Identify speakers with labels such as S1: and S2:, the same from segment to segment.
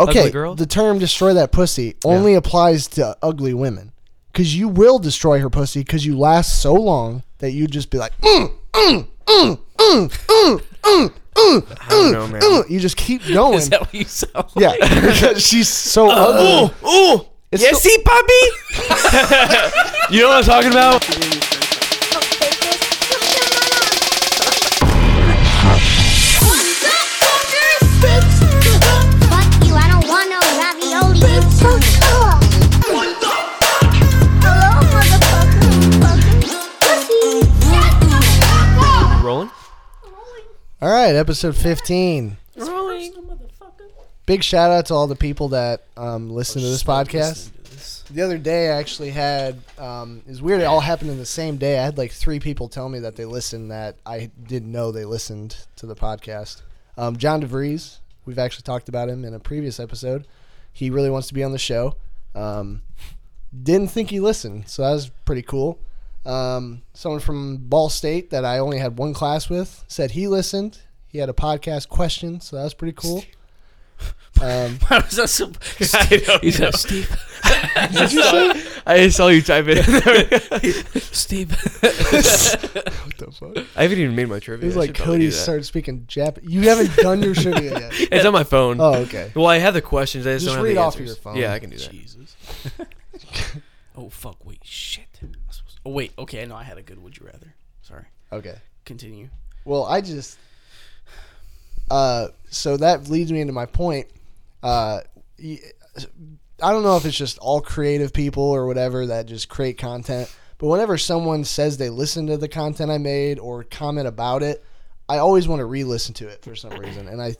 S1: Okay,
S2: Ugly girls?
S1: the term "destroy that pussy" only applies to ugly women, because you will destroy her pussy because you last so long that you just be like, "Mm,
S2: I don't know, man.
S1: mm," you just keep going.
S3: Is that what you sound?
S1: yeah,
S3: like?
S1: because she's so ugly.
S2: Uh, Ooh,
S1: It's
S2: you
S1: still-
S2: see, puppy? you know what I'm talking about? Rolling?
S1: All right, episode fifteen. Big shout out to all the people that um, listen to this podcast. The other day, I actually had um, it's weird. It all happened in the same day. I had like three people tell me that they listened that I didn't know they listened to the podcast. Um, John DeVries, we've actually talked about him in a previous episode. He really wants to be on the show. Um, didn't think he listened, so that was pretty cool. Um, someone from Ball State that I only had one class with said he listened. He had a podcast question, so that was pretty cool. Um,
S3: How is that so?
S2: I don't
S3: He's
S2: know.
S3: like, Steve,
S2: I just saw you type in.
S3: Steve.
S2: I haven't even made my trivia.
S1: It was
S2: I
S1: like
S2: should probably do
S1: Cody
S2: that.
S1: started speaking Japanese. You haven't done your trivia yet.
S2: It's on my phone.
S1: Oh, okay.
S2: Well, I have the questions. I just,
S1: Just
S2: don't
S1: read
S2: have the
S1: off of
S2: answers.
S1: your phone.
S2: Yeah, I can do that.
S3: Jesus. oh fuck! Wait, shit. I'm supposed- Oh wait. Okay, I know I had a good. Would you rather? Sorry.
S1: Okay.
S3: Continue.
S1: Well, I just. Uh, so that leads me into my point. Uh, y- I don't know if it's just all creative people or whatever that just create content, but whenever someone says they listen to the content I made or comment about it, I always want to re-listen to it for some reason, and I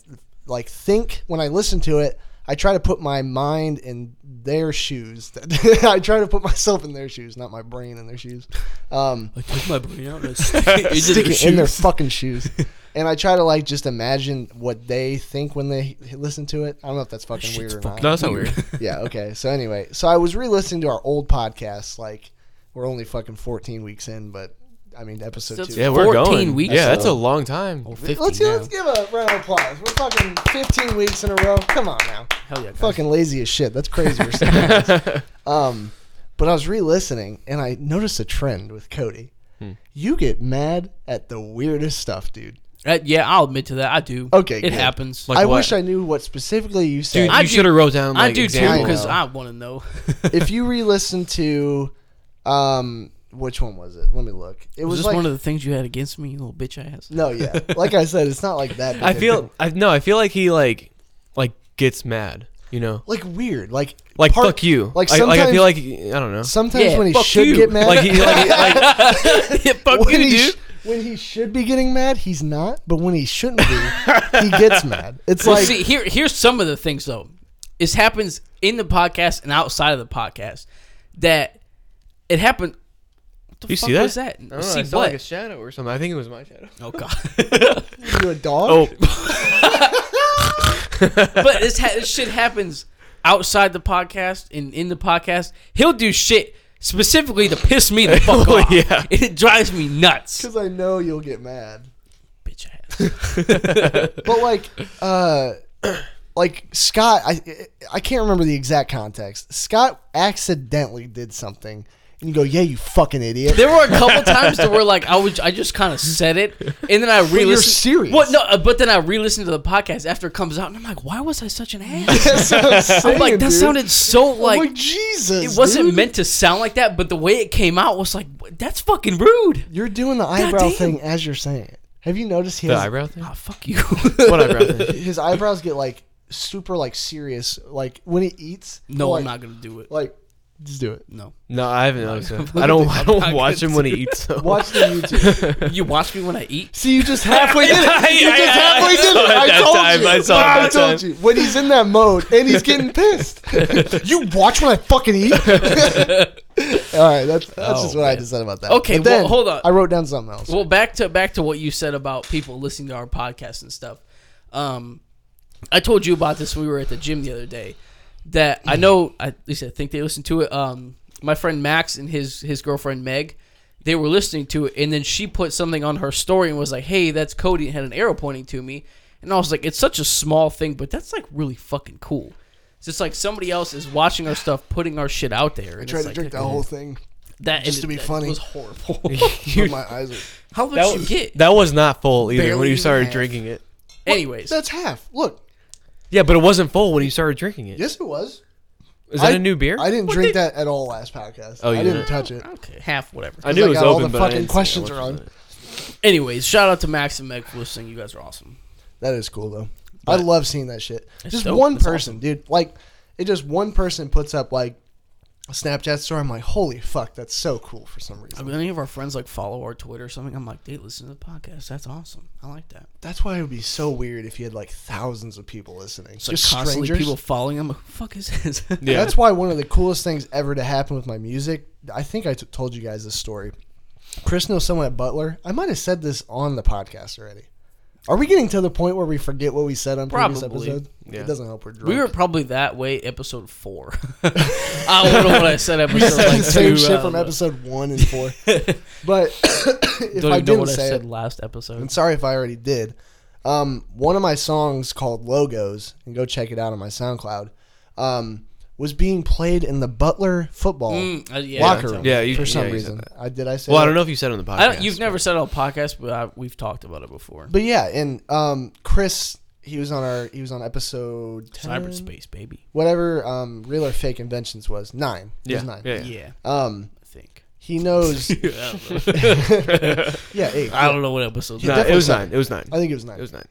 S1: like think when I listen to it. I try to put my mind in their shoes. I try to put myself in their shoes, not my brain in their shoes. Um,
S3: I took my brain out and I stick it,
S1: stick it in their fucking shoes. and I try to like just imagine what they think when they h- listen to it. I don't know if that's fucking
S3: shit's
S1: weird or
S3: fucking-
S2: No,
S1: not.
S2: that's not weird.
S1: yeah, okay. So anyway, so I was re-listening to our old podcast. Like we're only fucking 14 weeks in, but I mean episode
S3: Still
S1: two.
S2: yeah, we're
S3: 14
S2: going.
S3: weeks
S2: yeah, that's a
S3: ago.
S2: long
S1: Oh,
S2: time.
S1: Let's let's give a round of applause. We're fucking 15 weeks in a row. Come on now.
S3: Hell yeah, guys.
S1: Fucking lazy as shit. That's crazy. for someone else. um, but I was re-listening and I noticed a trend with Cody.
S3: Hmm.
S1: You get mad at the weirdest stuff, dude.
S3: Uh, yeah, I'll admit to that. I do.
S1: Okay,
S3: it
S1: good.
S3: happens.
S2: Like
S1: I
S2: what?
S1: wish I knew what specifically you said.
S2: Dude,
S3: I
S2: you
S3: do-
S2: should have wrote down. Like,
S3: I do too
S2: examples.
S3: because
S1: know.
S3: I want to know.
S1: if you re-listen to, um, which one was it? Let me look. It was,
S3: Was this
S1: like
S3: one of the things you had against me, you little bitch ass?
S1: no, yeah. Like I said, it's not like that. big
S2: I
S1: of a
S2: feel.
S1: deal.
S2: I no. I feel like he like like gets mad. You know,
S1: like weird. Like
S2: like
S1: part-
S2: fuck you.
S1: Like
S2: I,
S1: sometimes,
S2: like I feel like I don't know.
S1: sometimes
S3: Yeah,
S1: when he
S3: fuck
S1: should
S3: you.
S1: get mad,
S2: Like he like, like
S3: Yeah, fuck
S1: when
S3: you,
S1: he
S3: dude.
S1: sh- when he should be getting mad, he's not. But when he shouldn't be, he gets mad. It's
S3: Well,
S1: like
S3: see, here, here's some of the things though. This happens in the podcast and outside of the podcast. That it happened. What the
S2: you
S3: fuck
S2: see that?
S3: Was that?
S2: I don't know, I
S3: see
S2: saw,
S3: what?
S2: Like a shadow or something. I think it was my shadow.
S3: oh god.
S1: you a dog.
S2: Oh,
S3: but this, ha- this shit happens outside the podcast and in the podcast. He'll do shit specifically to piss me the fuck
S2: Oh,
S3: off.
S2: yeah.
S3: And it drives me nuts.
S1: because I know you'll get mad.
S3: Bitch ass.
S1: but like uh like scott i i can't remember the exact context scott accidentally did something and you go yeah you fucking idiot
S3: There were a couple times that were like I was I just kind of said it and then I re-listened.
S1: serious.
S3: Well, no, uh, but then I re-listened to the podcast after it comes out and I'm like, why was I such an ass?
S1: That's what I'm saying,
S3: I'm like that
S1: dude.
S3: sounded so
S1: I'm
S3: like
S1: like, jesus
S3: it wasn't
S1: dude.
S3: meant to sound like that, but the way it came out was like "What- that's fucking rude.
S1: you're doing the eyebrow
S3: damn.
S1: thing as you're saying it have you noticed he
S2: the
S1: has,
S2: eyebrow thing.
S3: Ah, fuck you.
S2: What eyebrow thing?
S1: his eyebrows get like super like serious like when he eats
S3: No,
S1: like,
S3: I'm not gonna do it.
S1: like just do it
S3: No.
S2: No, I haven't noticed that. I don't. I don't watch him when he eats. So.
S1: watch the youtube
S3: You watch me when I eat?
S1: See, you just halfway did
S2: I-
S1: it. You
S2: I-
S1: just
S2: I- I
S1: halfway did it.
S2: saw it
S1: I
S2: that
S1: told
S2: time.
S1: you.
S2: I saw it
S1: I
S2: that
S1: told
S2: time.
S1: you. When he's in that mode and he's getting pissed. you watch when I fucking eat. All right, that's, that's
S2: Oh,
S1: just what I just said about that.
S3: Okay,
S1: But then
S3: well, hold on.
S1: I wrote down something else.
S3: Well, back to back to what you said about people listening to our podcast and stuff. Um, I told you about this when we were at the gym the other day. That I know, I- at least I think they listened to it. Um, my friend Max and his his girlfriend Meg, they were listening to it, and then she put something on her story and was like, "Hey, that's Cody," and had an arrow pointing to me, and I was like, "It's such a small thing, but that's like really fucking cool." It's just like somebody else is watching our stuff, putting our shit out there.
S1: I
S3: and
S1: tried
S3: it's
S1: to
S3: like,
S1: drink that whole thing.
S3: that
S1: just
S3: ended-
S1: to be
S3: that
S1: funny.
S3: was horrible.
S1: but my eyes are.
S3: How much
S2: That
S3: you
S2: was-
S3: get?
S2: That was not full either
S1: Barely
S2: when you
S1: even
S2: started
S1: half.
S2: drinking it.
S3: Anyways,
S1: That's half. Look.
S2: Yeah, but it wasn't full when you started drinking it.
S1: Yes, it was.
S2: Is that
S1: I-
S2: a new beer?
S1: I
S2: I,
S1: didn't drink that at all last podcast.
S2: Oh, you
S1: I didn't
S2: didn't?
S1: touch it.
S3: okay, half whatever.
S2: knew
S1: I
S2: it was
S1: got all
S2: open,
S1: the
S2: but I
S1: fucking
S2: didn't see
S1: questions
S2: how
S1: are
S2: much
S1: on.
S2: was in it.
S3: Anyways, shout out to Max and Meg for listening. You guys are awesome.
S1: That is cool though.
S3: But-
S1: I love seeing that shit.
S3: It's
S1: Just
S3: dope.
S1: one
S3: It's
S1: person, dude. Like it just one person puts up like a Snapchat story. I'm like, holy fuck, that's so cool for some
S3: I
S1: reason.
S3: mean, any of our friends like follow our Twitter or something. I'm like, they listen to the podcast. That's awesome. I like that.
S1: That's why it would be so weird if you had like thousands of people listening.
S3: So
S1: just
S3: constantly
S1: strangers.
S3: people following. I'm like, who the fuck is this?
S2: Yeah.
S1: That's why one of the coolest things ever to happen with my music. I think I t- told you guys this story. Chris knows someone at Butler. I might have said this on the podcast already. Are we getting to the point where we forget what we said on previous
S3: Probably.
S1: episodes?
S2: Yeah.
S1: It doesn't help. We're drunk.
S3: we were probably that way episode four. I don't know what I said episode
S1: said
S3: like
S1: the same
S3: two,
S1: shit
S3: uh,
S1: from
S3: but-
S1: episode one and four. but if
S3: Don't
S1: I
S3: even know
S1: didn't
S3: what I
S1: say
S3: said
S1: it,
S3: last episode.
S1: I'm sorry if I already did. Um, one of my songs called "Logos" and go check it out on my SoundCloud um, was being played in the Butler football
S3: Mm, uh, yeah,
S1: locker
S3: that's-
S1: room.
S2: Yeah, you-
S1: for some
S2: yeah, you said
S1: reason, I did. I say
S2: Well, I
S1: that?
S2: don't know if you said it on the podcast.
S3: I don't, you've
S2: but-
S3: never said it on a podcast, but I, we've talked about it before.
S1: But yeah, and um, Chris, he was on our, he was on episode 10,
S3: Cyberspace, baby.
S1: whatever. Um, real or fake inventions was nine. It
S2: Yeah,
S1: was nine.
S2: yeah,
S3: Yeah,
S2: yeah.
S1: Um,
S3: I think.
S1: he knows.
S3: I don't know.
S1: yeah, eight.
S3: I don't know what episode.
S2: Nah,
S1: Yeah,
S2: it was
S1: definitely
S2: nine. It was nine.
S1: I think it was nine.
S2: It was nine.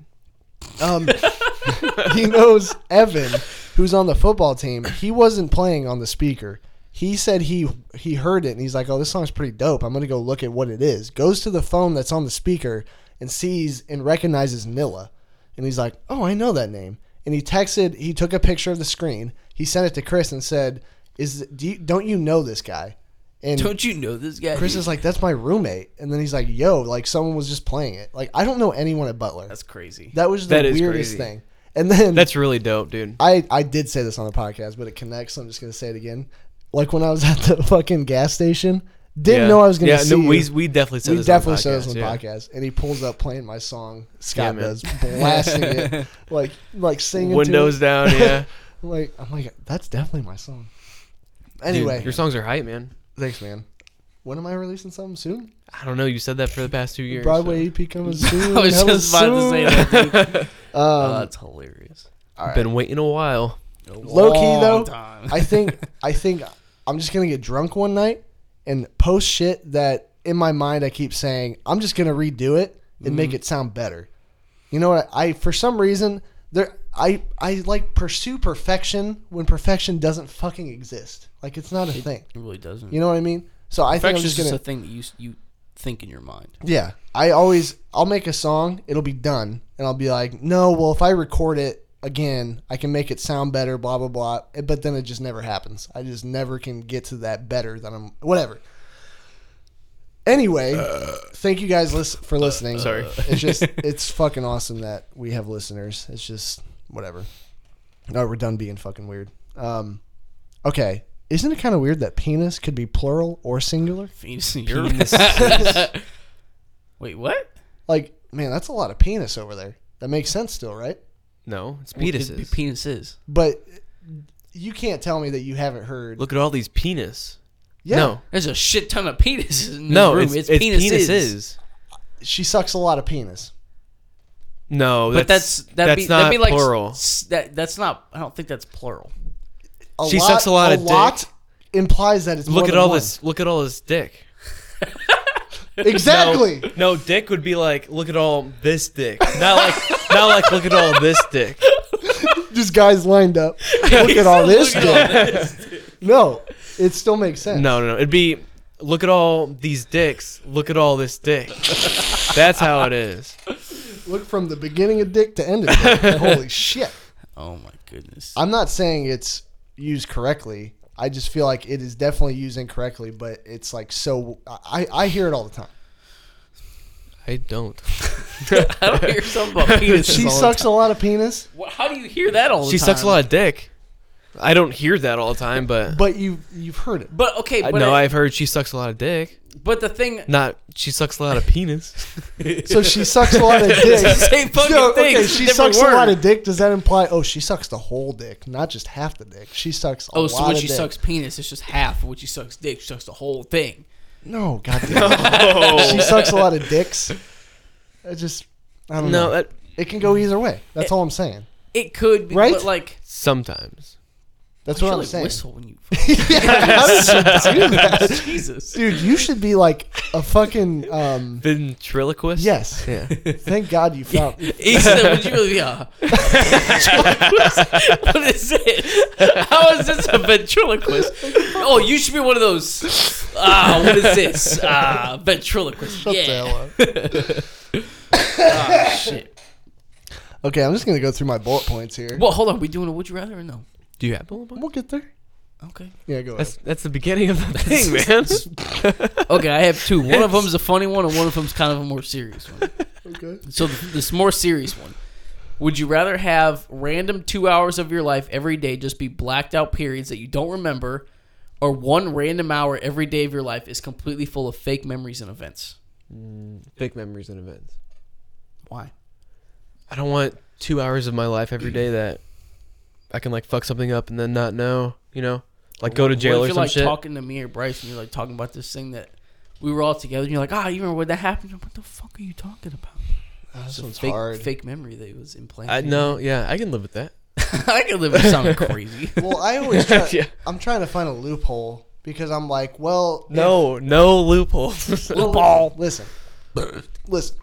S1: Um, he knows Evan, who's on the football team. He wasn't playing on the speaker. He said he he heard it and he's like, "Oh, this song's pretty dope. I'm gonna go look at what it is." Goes to the phone that's on the speaker and sees and recognizes Nilla, and he's like, "Oh, I know that name." And he texted. He took a picture of the screen. He sent it to Chris and said, "Is do you, don't you know this guy?" And
S3: Don't you know this guy?
S1: Chris is like, "That's my roommate." And then he's like, "Yo, like someone was just playing it. Like I don't know anyone at Butler."
S3: That's crazy.
S1: That was the
S2: That is
S1: weirdest
S2: crazy.
S1: thing. And then
S2: That's really dope, dude.
S1: I I did say this on the podcast, but it connects. So I'm just gonna say it again. Like when I was at the fucking gas station, didn't
S2: yeah.
S1: know I was gonna
S2: yeah,
S1: see
S2: no, we,
S1: you.
S2: we definitely said
S1: We
S2: this
S1: definitely
S2: on the
S1: said
S2: podcast.
S1: this on the
S2: yeah.
S1: podcast, and he pulls up playing my song. Scott
S2: man.
S1: does blasting it like like singing.
S2: Windows
S1: to
S2: down, yeah.
S1: it. like I'm like that's definitely my song.
S2: Dude,
S1: Anyway,
S2: your songs are hype, man.
S1: thanks, man. When am I releasing something soon?
S2: I don't know. You said that for the past two years.
S1: Broadway EP coming soon.
S3: I was
S1: hella
S3: just about to say
S1: soon.
S3: that. Dude.
S1: Um,
S3: oh, that's hilarious.
S1: all
S2: So.
S1: right.
S2: Been waiting a while.
S1: Low key, though,
S3: Time.
S1: I think I think I'm just gonna get drunk one night and post shit that in my mind I keep saying I'm just gonna redo it and
S3: Mm-hmm.
S1: make it sound better. You know what? I for some reason there I I like pursue perfection when perfection doesn't fucking exist. Like it's not a thing.
S3: It really doesn't.
S1: You know what I mean? So I think I'm
S3: Perfection
S1: just
S3: is
S1: gonna
S3: just a thing that you s- you think in your mind.
S1: yeah, I always I'll make a song, it'll be done, and I'll be like, no, well if I record it again, I can make it sound better, blah blah blah. eh, But then it just never happens. I just never can get to that better than I'm whatever. Anyway, thank you guys lis- for listening.
S2: sorry.
S1: it's just it's fucking awesome that we have listeners. It's just whatever. No, we're done being fucking weird. Um, okay, isn't it kind of weird that penis could be plural or singular?
S3: Venus Wait, what?
S1: Like, man, that's a lot of penis over there. That makes sense still, right?
S2: No, it's
S3: Well, it'd be
S2: penises.
S3: Penises.
S1: But you can't tell me that you haven't heard.
S2: Look at all these penis.
S1: yeah,
S2: No,
S3: There's a shit ton of penises in this
S2: no,
S3: room.
S2: it's, it's, penises.
S1: she sucks a lot of penis.
S2: No,
S3: But that's
S2: that's
S3: that'd
S2: that's
S3: be,
S2: not
S3: that'd be like s-
S2: plural.
S3: s- that that's not. I don't think that's plural.
S1: A
S2: She sucks a lot of dick.
S1: lot implies that it's more
S2: look at
S1: than
S2: all
S1: one.
S2: this. Look at all this dick.
S1: Exactly.
S2: No, dick would be like, look at all this dick. Not like, not like, look at all this dick.
S1: Just guys lined up. Look at all this
S3: Look at
S1: dick. No, it still makes sense.
S2: No, no, no. It'd be, look at all these dicks. Look at all this dick. That's how it is.
S1: Look from the beginning of dick to end of dick. Holy shit.
S3: Oh my goodness.
S1: I'm not saying it's used correctly. I just feel like it is definitely used incorrectly, but it's like so. I, I hear it all the time.
S2: I don't.
S3: I don't hear something about penises.
S1: She
S3: all the
S1: sucks a lot of penis.
S3: time. Wha- How do you hear that all the
S2: She
S3: time?
S2: sucks a lot of dick. I don't hear that all the time, but,
S1: But you you've heard it.
S3: But okay,
S2: I
S3: but,
S2: know
S3: I,
S2: I've heard she sucks a lot of dick.
S3: but the thing,
S2: Not she sucks a lot of penis.
S1: So she sucks a lot of dick.
S3: same fucking
S1: No,
S3: thing.
S1: okay, she
S3: different
S1: sucks
S3: word.
S1: a lot of dick. Does that imply? Oh, she sucks the whole dick, not just half the dick. She sucks. A
S3: Oh,
S1: lot
S3: so when
S1: of
S3: she
S1: dick.
S3: sucks penis, it's just half. When she sucks dick, she sucks the whole thing.
S1: No, goddamn. she sucks a lot of dicks. I just, I don't
S2: no,
S1: know.
S2: that,
S1: It can go either way. That's all I'm saying.
S3: It could be,
S1: Right?
S3: but like,
S2: sometimes.
S1: That's
S3: you
S1: what
S3: should,
S1: I'm
S3: like,
S1: saying.
S3: whistle when you.
S1: How did you do that?
S3: Jesus.
S1: Dude, you should be like a fucking. Um,
S2: Ventriloquist.
S1: yes.
S2: Yeah.
S1: Thank God you found.
S3: He said, "Would you really be a ventriloquist? What is it? How is this a ventriloquist? Oh, you should be one of those. Ah, what is this? Ah, ventriloquist.
S1: Shut the
S3: yeah.
S1: hell up.
S3: Ah, shit.
S1: Okay, I'm just gonna go through my bullet points here.
S3: Well, hold on. We doing a would you rather or no?
S2: Do you have bullet points?
S1: We'll get there.
S3: Okay.
S1: Yeah, go ahead.
S2: That's that's the beginning of the thing, man.
S3: Okay, I have two. One of them's a funny one, and one of them's kind of a more serious one.
S1: Okay.
S3: So th- this more serious one. Would you rather have random two hours of your life every day just be blacked out periods that you don't remember, or one random hour every day of your life is completely full of fake memories and events?
S2: Big memories and events.
S3: Why?
S2: I don't want two hours of my life every day that I can like fuck something up and then not know, you know, like go to jail
S3: what
S2: or
S3: if you're
S2: some
S3: like
S2: shit.
S3: talking to me or Bryce, and you're like talking about this thing that we were all together, and you're like, ah, you remember when that happened? What the fuck are you talking about?
S1: This
S3: It's a
S1: one's
S3: fake,
S1: hard.
S3: fake memory that was implanted.
S2: I no, yeah, I can live with that.
S3: I could live with something crazy.
S1: Well, I always try,
S2: Yeah.
S1: I'm trying to find a loophole because I'm like, well,
S2: No, no loopholes.
S1: if- well, Listen, listen.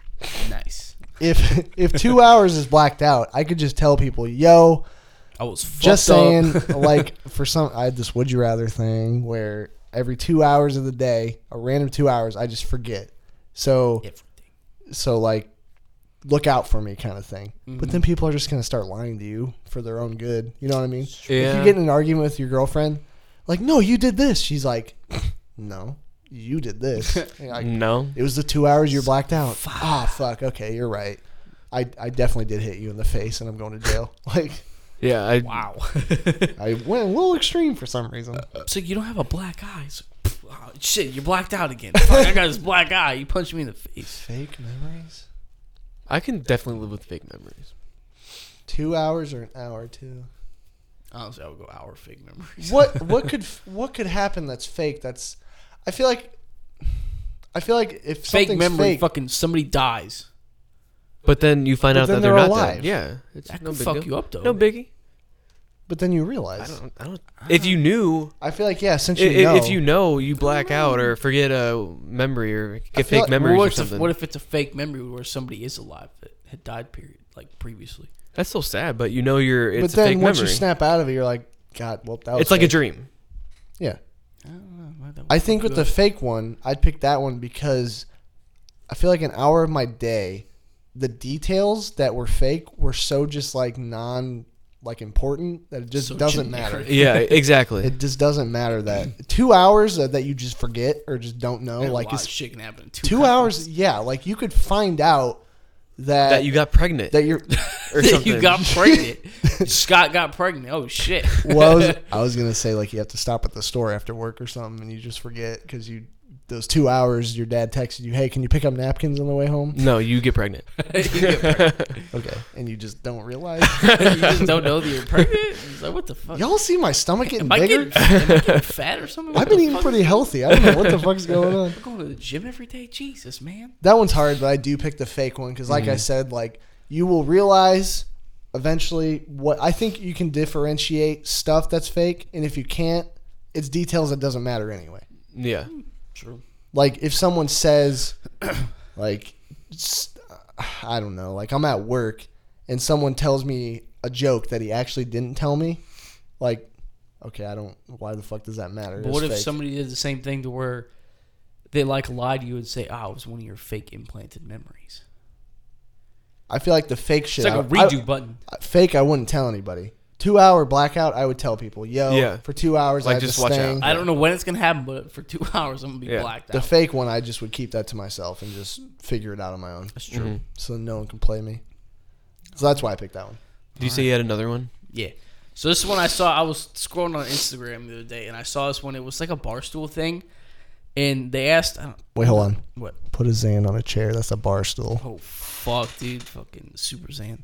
S3: nice.
S1: If if two hours is blacked out, I could just tell people, yo,
S3: I was fucked
S1: just
S3: up.
S1: saying. like for some, I had this would you rather thing where every two hours of the day, a random two hours, I just forget. So
S3: everything.
S1: so like, look out for me, kind of thing. But then people are just gonna start lying to you for their own good. You know what I mean? If you
S2: Yeah.
S1: get in an argument with your girlfriend, like, no, you did this. She's like, no, you did this. And you're like,
S2: no.
S1: it was the two hours you're blacked out. Ah, fuck. Okay, you're right. I, I definitely did hit you in the face, and I'm going to jail. Like,
S2: Yeah, I
S3: Wow.
S1: I went a little extreme for some reason.
S3: so you don't have a black eye. So, pff, oh, shit, you're blacked out again. Fuck, I got this black eye. You punched me in the face.
S1: Fake memories.
S2: I can definitely live with fake memories.
S1: Two hours or an hour too.
S3: Honestly, I would go hour fake memories.
S1: What what could what could happen that's fake? That's I feel like I feel like if
S3: Fake
S1: something's
S3: memory.
S1: fake,
S3: Fucking somebody dies.
S2: But then you find
S1: But
S2: out
S1: then
S2: that they're,
S1: they're
S2: not
S1: alive.
S2: Dead. Yeah, it's
S3: That
S2: no
S3: could
S2: big
S3: fuck
S2: deal.
S3: you up though.
S2: No biggie.
S1: but then you
S2: I
S1: realize.
S2: don't. I don't. Ah. If you knew,
S1: I, feel like yeah, since
S2: i- i-
S1: you know,
S2: if you know, you black out or forget a memory or get
S1: feel
S2: fake
S1: like-
S2: memories or
S3: Well, what, if,
S2: something.
S3: what if it's a fake memory where somebody is alive that had died period like previously?
S2: That's so sad, but you know you're. It's
S1: but then
S2: a fake
S1: once
S2: memory.
S1: you snap out of it, you're like, God, well, that was.
S2: it's like a
S1: fake."
S2: dream.
S1: Yeah,
S3: I don't know.
S1: I think with the fake one, I'd pick that one because I feel like an hour of my day, the details that were fake were so just like non, like important that it just
S3: So
S1: doesn't
S3: generic.
S1: matter.
S2: Yeah, exactly.
S1: It just doesn't matter that two hours that, that you just forget or just don't know,
S3: like
S1: like
S3: lot of
S1: it's
S3: shit can happen in two,
S1: two hours. Yeah, like you could find out that
S2: that you got pregnant
S1: that you're.
S2: or
S3: that
S2: something.
S3: you got pregnant. Scott got pregnant. Oh shit.
S1: well, I was, I was gonna say like you have to stop at the store after work or something, and you just forget because you those two hours your dad texted you, "Hey, can you pick up napkins on the way home?"
S2: no, you get pregnant.
S3: You get pregnant.
S1: Okay, and you just don't realize.
S3: you just don't know that you're pregnant. It's like what the fuck?
S1: Y'all see my stomach getting
S3: Am I
S1: bigger?
S3: getting, am I getting fat or something?
S1: I've been eating pretty healthy. I don't know what the fuck's going on.
S3: I'm going to the gym every day. Jesus, man.
S1: That one's hard, but I do pick the fake one because, like I
S3: Mm.
S1: said, like you will realize eventually what I think you can differentiate stuff that's fake, and if you can't, it's details that doesn't matter anyway.
S2: Yeah.
S3: True.
S1: like if someone says like s- i don't know like i'm at work and someone tells me a joke that he actually didn't tell me like okay i don't why the fuck does that matter
S3: But
S1: It's
S3: what if
S1: fake.
S3: somebody did the same thing to where they like lied to you and say, "Ah, it was one of your fake implanted memories."
S1: i feel like the fake shit
S3: It's like
S1: I-
S3: a redo button.
S1: I- fake i wouldn't tell anybody two hour blackout i would tell people yo
S2: Yeah.
S1: for two hours
S2: Like,
S1: i had
S2: just
S1: this
S2: watch
S1: thing.
S3: I don't know when it's gonna happen, but for two hours I'm gonna be
S2: Yeah.
S3: blacked
S1: the
S3: out.
S1: fake one i just would keep that to myself and just figure it out on my own
S3: That's true.
S2: Mm-hmm.
S1: so no one can play me so that's why i picked that one
S2: Do you say you had another one?
S3: Yeah. So this one I saw. I was scrolling on Instagram the other day, and I saw this one. It was like a bar stool thing, and they asked, I don't,
S1: Wait, hold on.
S3: "What?
S1: Put a Zan on a chair. That's a bar stool.
S3: Oh fuck, dude! Fucking Super Zan."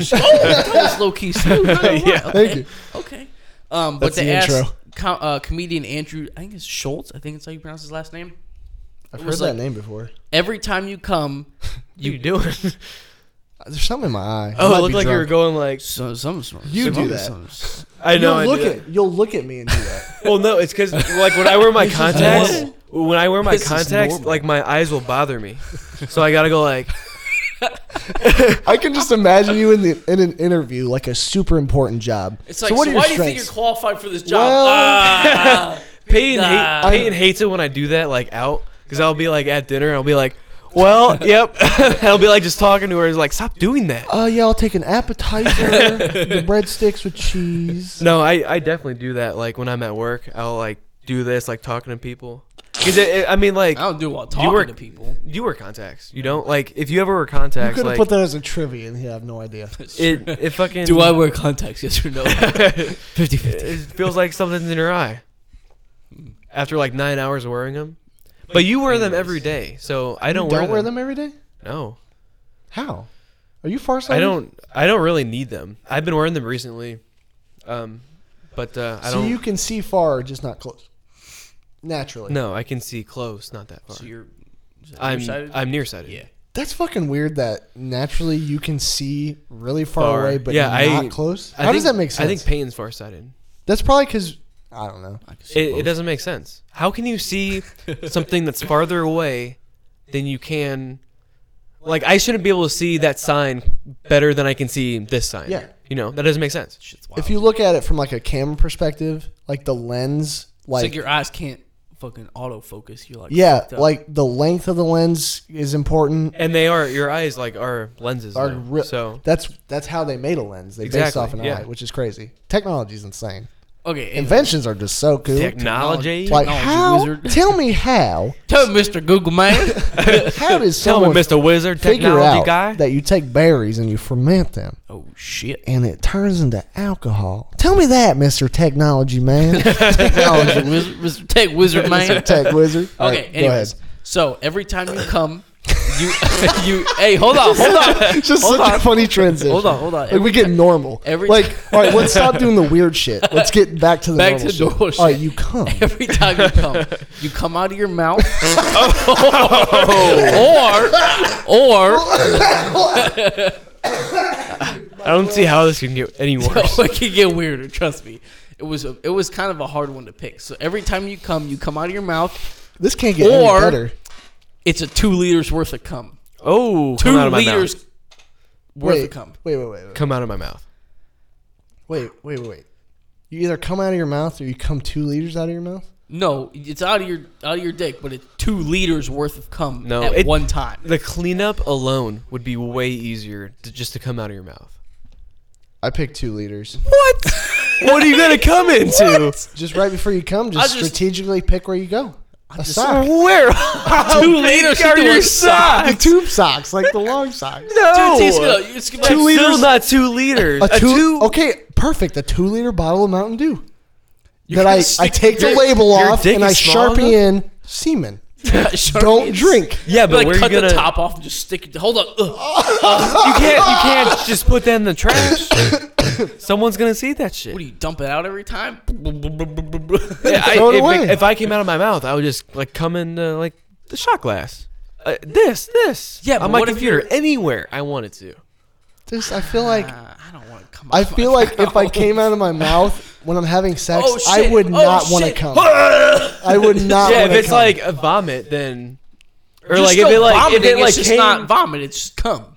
S3: sh- oh, that was low key smooth. yeah, okay.
S1: Thank you.
S3: Okay. Um, but
S1: That's
S3: they
S1: the
S3: asked
S1: intro.
S3: com- uh, comedian Andrew, I think it's Schultz. I think it's how you pronounce his last name.
S1: I've
S3: It
S1: heard
S3: was
S1: that
S3: like-
S1: name before.
S3: Every time you come,
S2: you doing?
S1: Uh, There's something in my eye. I
S2: oh,
S1: might
S2: it looked
S1: be
S2: like you were
S1: drunk.
S2: going like.
S3: so, some some-
S1: You
S3: some-
S1: do that.
S3: some- s-
S2: I know. I
S1: You'll look
S2: did.
S1: at you'll look at me and do that.
S2: Well, no, it's because like when I wear my contacts,
S3: normal.
S2: when I wear my
S3: This is
S2: contacts,
S3: normal.
S2: like my eyes will bother me, so I gotta go like.
S1: I can just imagine you in the in an interview, like a super important job.
S3: It's like,
S1: so what
S3: so
S1: are
S3: why
S1: your
S3: do you think you're
S1: strengths?
S3: qualified for this job?
S1: Well-
S3: Ah.
S2: Peyton,
S3: Nah.
S2: hate, Peyton hates it when I do that, like out, because I'll be like at dinner and I'll be like, "Well, yep," and I'll be like just talking to her. He's like, "Stop doing that."
S1: Uh, yeah, I'll take an appetizer, the breadsticks with cheese.
S2: No, I, I definitely do that. Like when I'm at work, I'll like do this, like talking to people. Because it, it- I mean, like
S3: I don't do well talking
S2: work-
S3: to people.
S2: you wear contacts. You don't like if you ever wear contacts,
S1: Could have
S2: like
S1: put that as a trivia, and you have no idea.
S2: it it fucking
S3: Do I wear contacts? Yes or no? 50
S2: it feels like something's in your eye after like nine hours of wearing them. But you wear them every day, so I don't,
S1: Don't
S2: wear, them.
S1: wear them every day.
S2: No,
S1: How? Are you farsighted?
S2: I don't. I don't really need them. I've been wearing them recently, um, but uh, I
S1: so
S2: don't.
S1: you can see far, just not close. Naturally.
S2: no, I can see close, not that far.
S3: So you're. is that
S2: I'm
S3: nearsighted?
S2: I'm nearsighted.
S3: Yeah.
S1: That's fucking weird that naturally you can see really far,
S2: Far.
S1: away, but
S2: Yeah,
S1: not
S2: I-
S1: close.
S2: I
S1: How does
S2: think-
S1: that make sense?
S2: I think Peyton's farsighted.
S1: That's probably because I don't know.
S3: I can see
S2: It,
S3: both.
S2: it doesn't make sense. How can you see something that's farther away than you can? Like I shouldn't be able to see that sign better than I can see this sign.
S1: Yeah.
S2: You know that doesn't make sense.
S3: Shit's wild.
S1: If you look at it from like a camera perspective, like the lens,
S3: it's
S1: like,
S3: like your eyes can't fucking autofocus. You're like
S1: yeah,
S3: fucked up.
S1: like the length of the lens is important.
S2: And they are your eyes like are lenses.
S1: Are
S2: now,
S1: re-
S2: so
S1: That's that's how they made a lens. They based
S2: Exactly,
S1: off an
S2: yeah.
S1: eye, which is crazy. Technology's insane.
S3: okay. and-
S1: Inventions are just so cool.
S2: technology.
S1: like
S3: technology
S1: how?
S3: wizard.
S1: Tell me how?
S3: Tell me, Mr. Google Man.
S1: How does
S2: Tell me,
S1: someone
S2: Mr. Wizard,
S1: figure
S2: technology
S1: out
S2: guy.
S1: that you take berries and you ferment them?
S3: oh shit.
S1: and it turns into alcohol. Tell me that, Mr. Technology Man. Technology Wizard.
S3: Wizard, Mr. Tech Wizard Man.
S1: Mr. Tech Wizard. All
S3: Okay.
S1: right,
S3: anyways, so every time you come, you you hey, hold on, hold on,
S1: It's just such a funny transition.
S3: hold on, hold on.
S1: Like we get normal.
S3: every
S1: like, all right, let's stop doing the weird shit. Let's get back to the
S3: Back
S1: normal
S3: to normal
S1: All right,
S3: shit.
S1: you come.
S3: Every time you come, you come out of your mouth, or or
S2: I don't see how this can get any worse.
S3: it could get weirder. Trust me, it was a, it was kind of a hard one to pick. So every time you come, you come out of your mouth.
S1: This can't get
S3: Or-
S1: any better.
S3: It's a two liters worth of cum.
S2: Oh,
S3: Two
S2: come out of my
S3: liters
S2: mouth.
S3: worth
S1: wait,
S3: of cum.
S1: wait, wait, wait, wait,
S2: Come out of my mouth.
S1: wait, wait, wait, wait. You either come out of your mouth or you come two liters out of your mouth.
S3: No, it's out of your out of your dick, but it's two liters worth of cum
S2: No,
S3: at
S2: it-
S3: one time.
S2: The cleanup alone would be way easier to, just to come out of your mouth.
S1: I picked two liters.
S2: What? what are you gonna come into?
S1: Just right before you come, just,
S3: I just-
S1: strategically pick where you go. A sock.
S2: Where?
S3: Two
S2: How big
S3: liters
S2: are
S3: into
S2: your
S3: a sock.
S1: The
S2: socks?
S1: tube socks, like the long socks.
S2: No.
S3: Dude, it's gonna- it's gonna-
S2: Two
S3: like,
S2: liters, not two liters.
S1: A two, Okay, perfect. A two liter bottle of Mountain Dew. that
S3: gonna
S1: I, I
S3: stick
S1: take the
S2: your-
S1: label
S2: your
S1: off
S2: dick
S1: and I
S2: is small
S1: sharpie
S2: enough?
S1: in semen.
S3: Sharpie
S1: Don't
S3: is-
S1: drink.
S2: Yeah, but
S3: like
S2: where are you
S3: cut
S2: gonna?
S3: the top off and just stick it. Hold on. Ugh.
S2: You can't. You can't just put that in the trash. Someone's gonna see that shit.
S3: What do you dump it out every time?
S2: Yeah, I-
S1: Throw it
S2: if,
S1: away.
S2: if I came out of my mouth, I would just like come in uh, like the shot glass. Uh, this, this.
S3: Yeah, but
S2: on my
S3: what if
S2: computer,
S3: you're-
S2: anywhere I wanted to.
S1: Just I feel like
S3: Uh, I don't want to come.
S1: I
S3: off my
S1: feel like if I
S3: mouth.
S1: came out of my mouth when I'm having sex,
S3: Oh,
S1: I
S3: shit.
S1: would
S3: Oh,
S1: not want to
S3: shit.
S1: come. I would not.
S2: yeah, if
S1: wanna
S2: it's
S1: Ah, come.
S2: like a vomit, then or
S3: You're
S2: like if
S3: still
S2: it like if
S3: vomiting,
S2: it like
S3: it's just
S2: came-
S3: not vomit, it's just cum.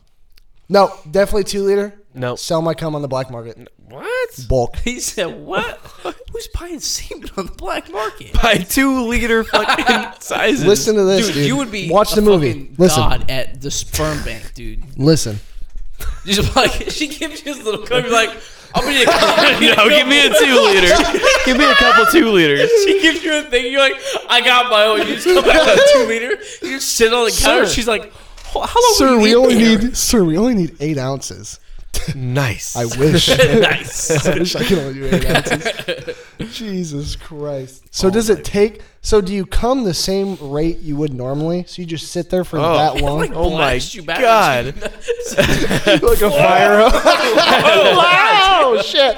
S1: no, definitely two liter.
S2: no.
S1: Sell my cum on the black market.
S2: What?
S1: Bulk.
S3: He said, "What? Who's buying semen on the black market?"
S2: By two liter fucking sizes.
S1: Listen to this,
S3: Dude,
S1: dude.
S3: you would be
S1: watch
S3: a
S1: the movie.
S3: fucking
S1: Listen,
S3: god at the sperm bank, dude.
S1: listen.
S3: You just like she gives you this little cum. You're like, I'm gonna. get-
S2: no, give me a two liter. give me a couple two liters.
S3: She gives you a thing. You're like, I got my own. You just come back with a two liter. You just sit on the counter.
S1: Sir.
S3: She's like, "Oh, how long
S1: Sir,
S3: were
S1: we
S3: you in
S1: only
S3: there?"
S1: need. Sir, we only need eight ounces.
S2: nice.
S1: I wish.
S3: nice.
S1: I wish I could only do eight ounces. Jesus Christ.
S3: Oh
S1: So does it take? So do you come the same rate you would normally? So you just sit there for
S2: Oh.
S1: that
S3: Like,
S1: long?
S2: Oh my
S3: blast you back.
S2: God.
S1: like a fire oh shit!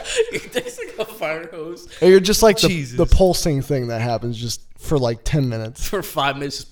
S3: It's like a fire hose
S1: Or you're just like the,
S2: Jesus.
S1: the pulsing thing that happens just for like ten minutes.
S3: for five minutes.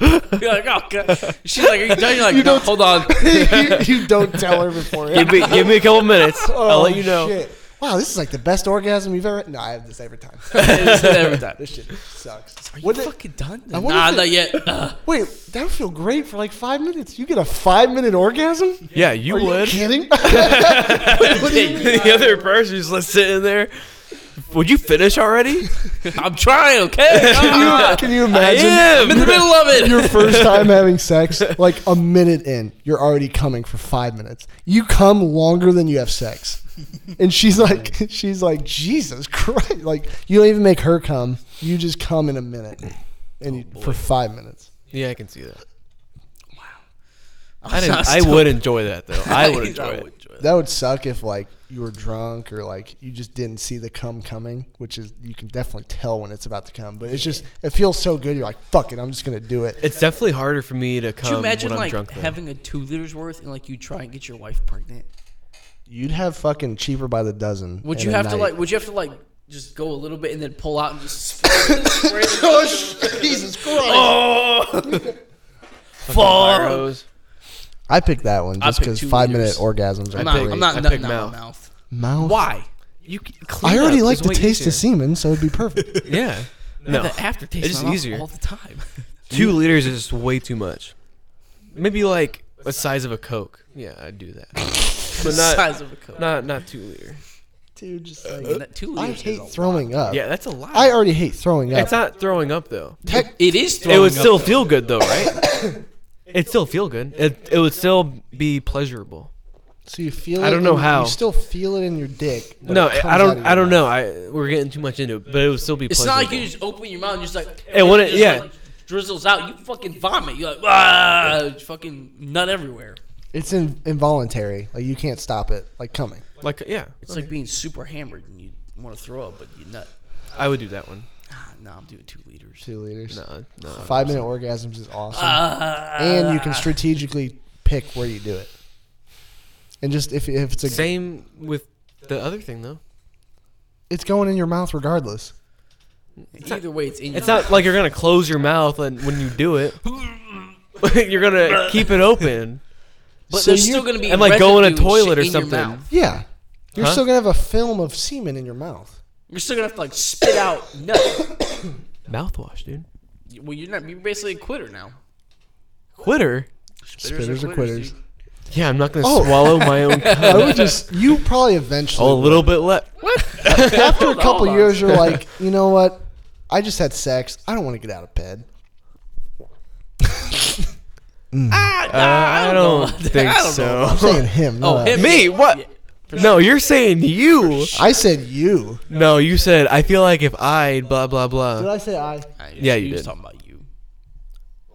S3: You're like, oh god. She's like, are you done? You're like, no, hold on.
S1: you, you don't tell her before.
S2: give, me, give me a couple minutes. I'll let you know.
S1: Oh, Shit. Wow, this is like the best orgasm you've ever. No, I have this every time.
S3: It's every time.
S1: This shit sucks.
S3: Are you
S1: What did-
S3: fucking done?
S1: I wonder
S3: Nah,
S1: if it-
S3: not yet. Uh,
S1: wait, that would feel great for like five minutes. You get a five minute orgasm?
S2: Yeah, you
S1: Are
S2: would.
S1: you kidding? What do you mean?
S2: the other person's just sitting there. Would you finish already?
S3: I'm trying, okay? Come
S1: Can you,
S3: on.
S1: can you
S2: I
S1: imagine?
S2: am.
S3: I'm in the middle of it.
S1: Your first time having sex, like a minute in, you're already coming for five minutes. You come longer than you have sex, and she's like, she's like, Jesus Christ! Like you don't even make her come; you just come in a minute, and you,
S2: Oh,
S1: for five minutes.
S2: Yeah, I can see that. I,
S3: I'm
S2: didn't,
S3: not
S2: I
S3: still-
S2: would enjoy that though. I would enjoy it.
S1: That would suck if like you were drunk or like you just didn't see the cum coming, which is you can definitely tell when it's about to come. But it's just it feels so good. You're like, fuck it, I'm just gonna do it.
S2: It's definitely harder for me to come
S3: Could you imagine
S2: Um, when I'm
S3: like
S2: drunk. though.
S3: having a two liters worth and like you try and get your wife pregnant?
S1: You'd have fucking cheaper by the dozen.
S3: Would
S1: in
S3: you
S1: a
S3: have to
S1: night.
S3: like? Would you have to like just go a little bit and then pull out and just spray it?
S1: Jesus Christ?
S2: fire hose.
S1: I picked that one just
S3: picked
S1: because
S3: two
S1: five
S3: liters.
S1: minute orgasms are
S3: I'm not.
S1: great.
S3: I'm not
S2: I
S3: nutting
S2: pick mouth.
S3: out my mouth.
S1: Mouth.
S3: Why?
S2: You can clean
S1: I already
S2: up.
S1: like
S2: It's
S1: the
S2: way
S1: taste
S2: easier.
S1: of semen, so it'd be perfect.
S2: Yeah. No.
S3: The aftertaste.
S2: It's
S3: in
S2: just
S3: my mouth
S2: easier.
S3: all the time.
S2: Two liters is just way too much. Maybe like the size of a Coke. Yeah, I'd do that. But not
S3: size of a cup.
S2: not not two liter.
S1: Dude, just
S3: And that two
S1: I
S3: liters is a
S1: hate
S3: lot.
S1: throwing up.
S2: Yeah, that's a lot.
S1: I already hate throwing up.
S2: it's not throwing up though.
S1: Tech-
S3: It is.
S2: it would
S3: throwing up,
S2: still
S3: though.
S2: feel good though, right? It'd still feel good. It it would still be pleasurable.
S1: so you feel.
S2: I
S1: it
S2: don't know
S1: in-
S2: how.
S1: You still feel it in your dick. but
S2: no,
S1: it comes
S2: I
S1: out of
S2: don't.
S1: your
S2: I don't
S1: mouth.
S2: know. I we're getting too much into it, but it would still be.
S3: It's not
S2: pleasurable.
S3: like you just open your mouth and just like.
S2: It wouldn't-
S3: just,
S2: yeah.
S3: like, drizzles out. You fucking vomit. You're like, ah, fucking nut everywhere.
S1: It's in, involuntary. Like you can't stop it. Like coming.
S2: Like yeah,
S3: It's like being super hammered and you want to throw up, but you nut.
S2: I would do that one.
S3: Ah, no, I'm doing two liters.
S1: Two liters.
S2: No, no.
S1: Five minute orgasms is awesome.
S2: Uh,
S3: Ah.
S1: and you can strategically pick where you do it. And just if, if it's a
S2: Same with the other thing though.
S1: it's going in your mouth regardless.
S3: Either way, it's in your
S2: It's not like you're gonna close your mouth and when you do it, you're gonna keep it open.
S3: But
S1: So
S3: there's
S1: you-
S3: still going to be
S2: and, like, go in a
S3: residue and
S2: toilet
S3: shit
S2: or
S3: in your
S2: something.
S3: mouth.
S1: Yeah. You're
S2: Huh?
S1: still gonna have a film of semen in your mouth.
S3: You're still going to have to like spit out nut.
S2: Mouthwash, dude.
S3: well, you're not. You're basically a quitter now.
S2: Quitter.
S1: Spitters are quitters.
S3: dude.
S2: Yeah, I'm not gonna
S1: Oh.
S2: swallow my own.
S1: I
S2: Cum.
S1: would just you probably eventually
S2: a little bit left.
S1: after a
S3: Hold on,
S1: couple
S3: hold on.
S1: years you're like, you know what? I just had sex. I don't want to get out of bed.
S3: Ah, nah,
S2: I don't,
S3: know.
S2: think
S3: I don't know.
S2: so.
S1: I'm saying him.
S3: Oh,
S1: not
S3: him.
S1: us.
S2: Me? What?
S3: Yeah.
S2: No, you're saying you.
S1: I said you.
S2: No, you said I feel like if I blah blah blah.
S1: Did I say I?
S3: I-
S2: Yeah,
S3: she
S2: you
S3: was
S2: did.
S3: talking about you.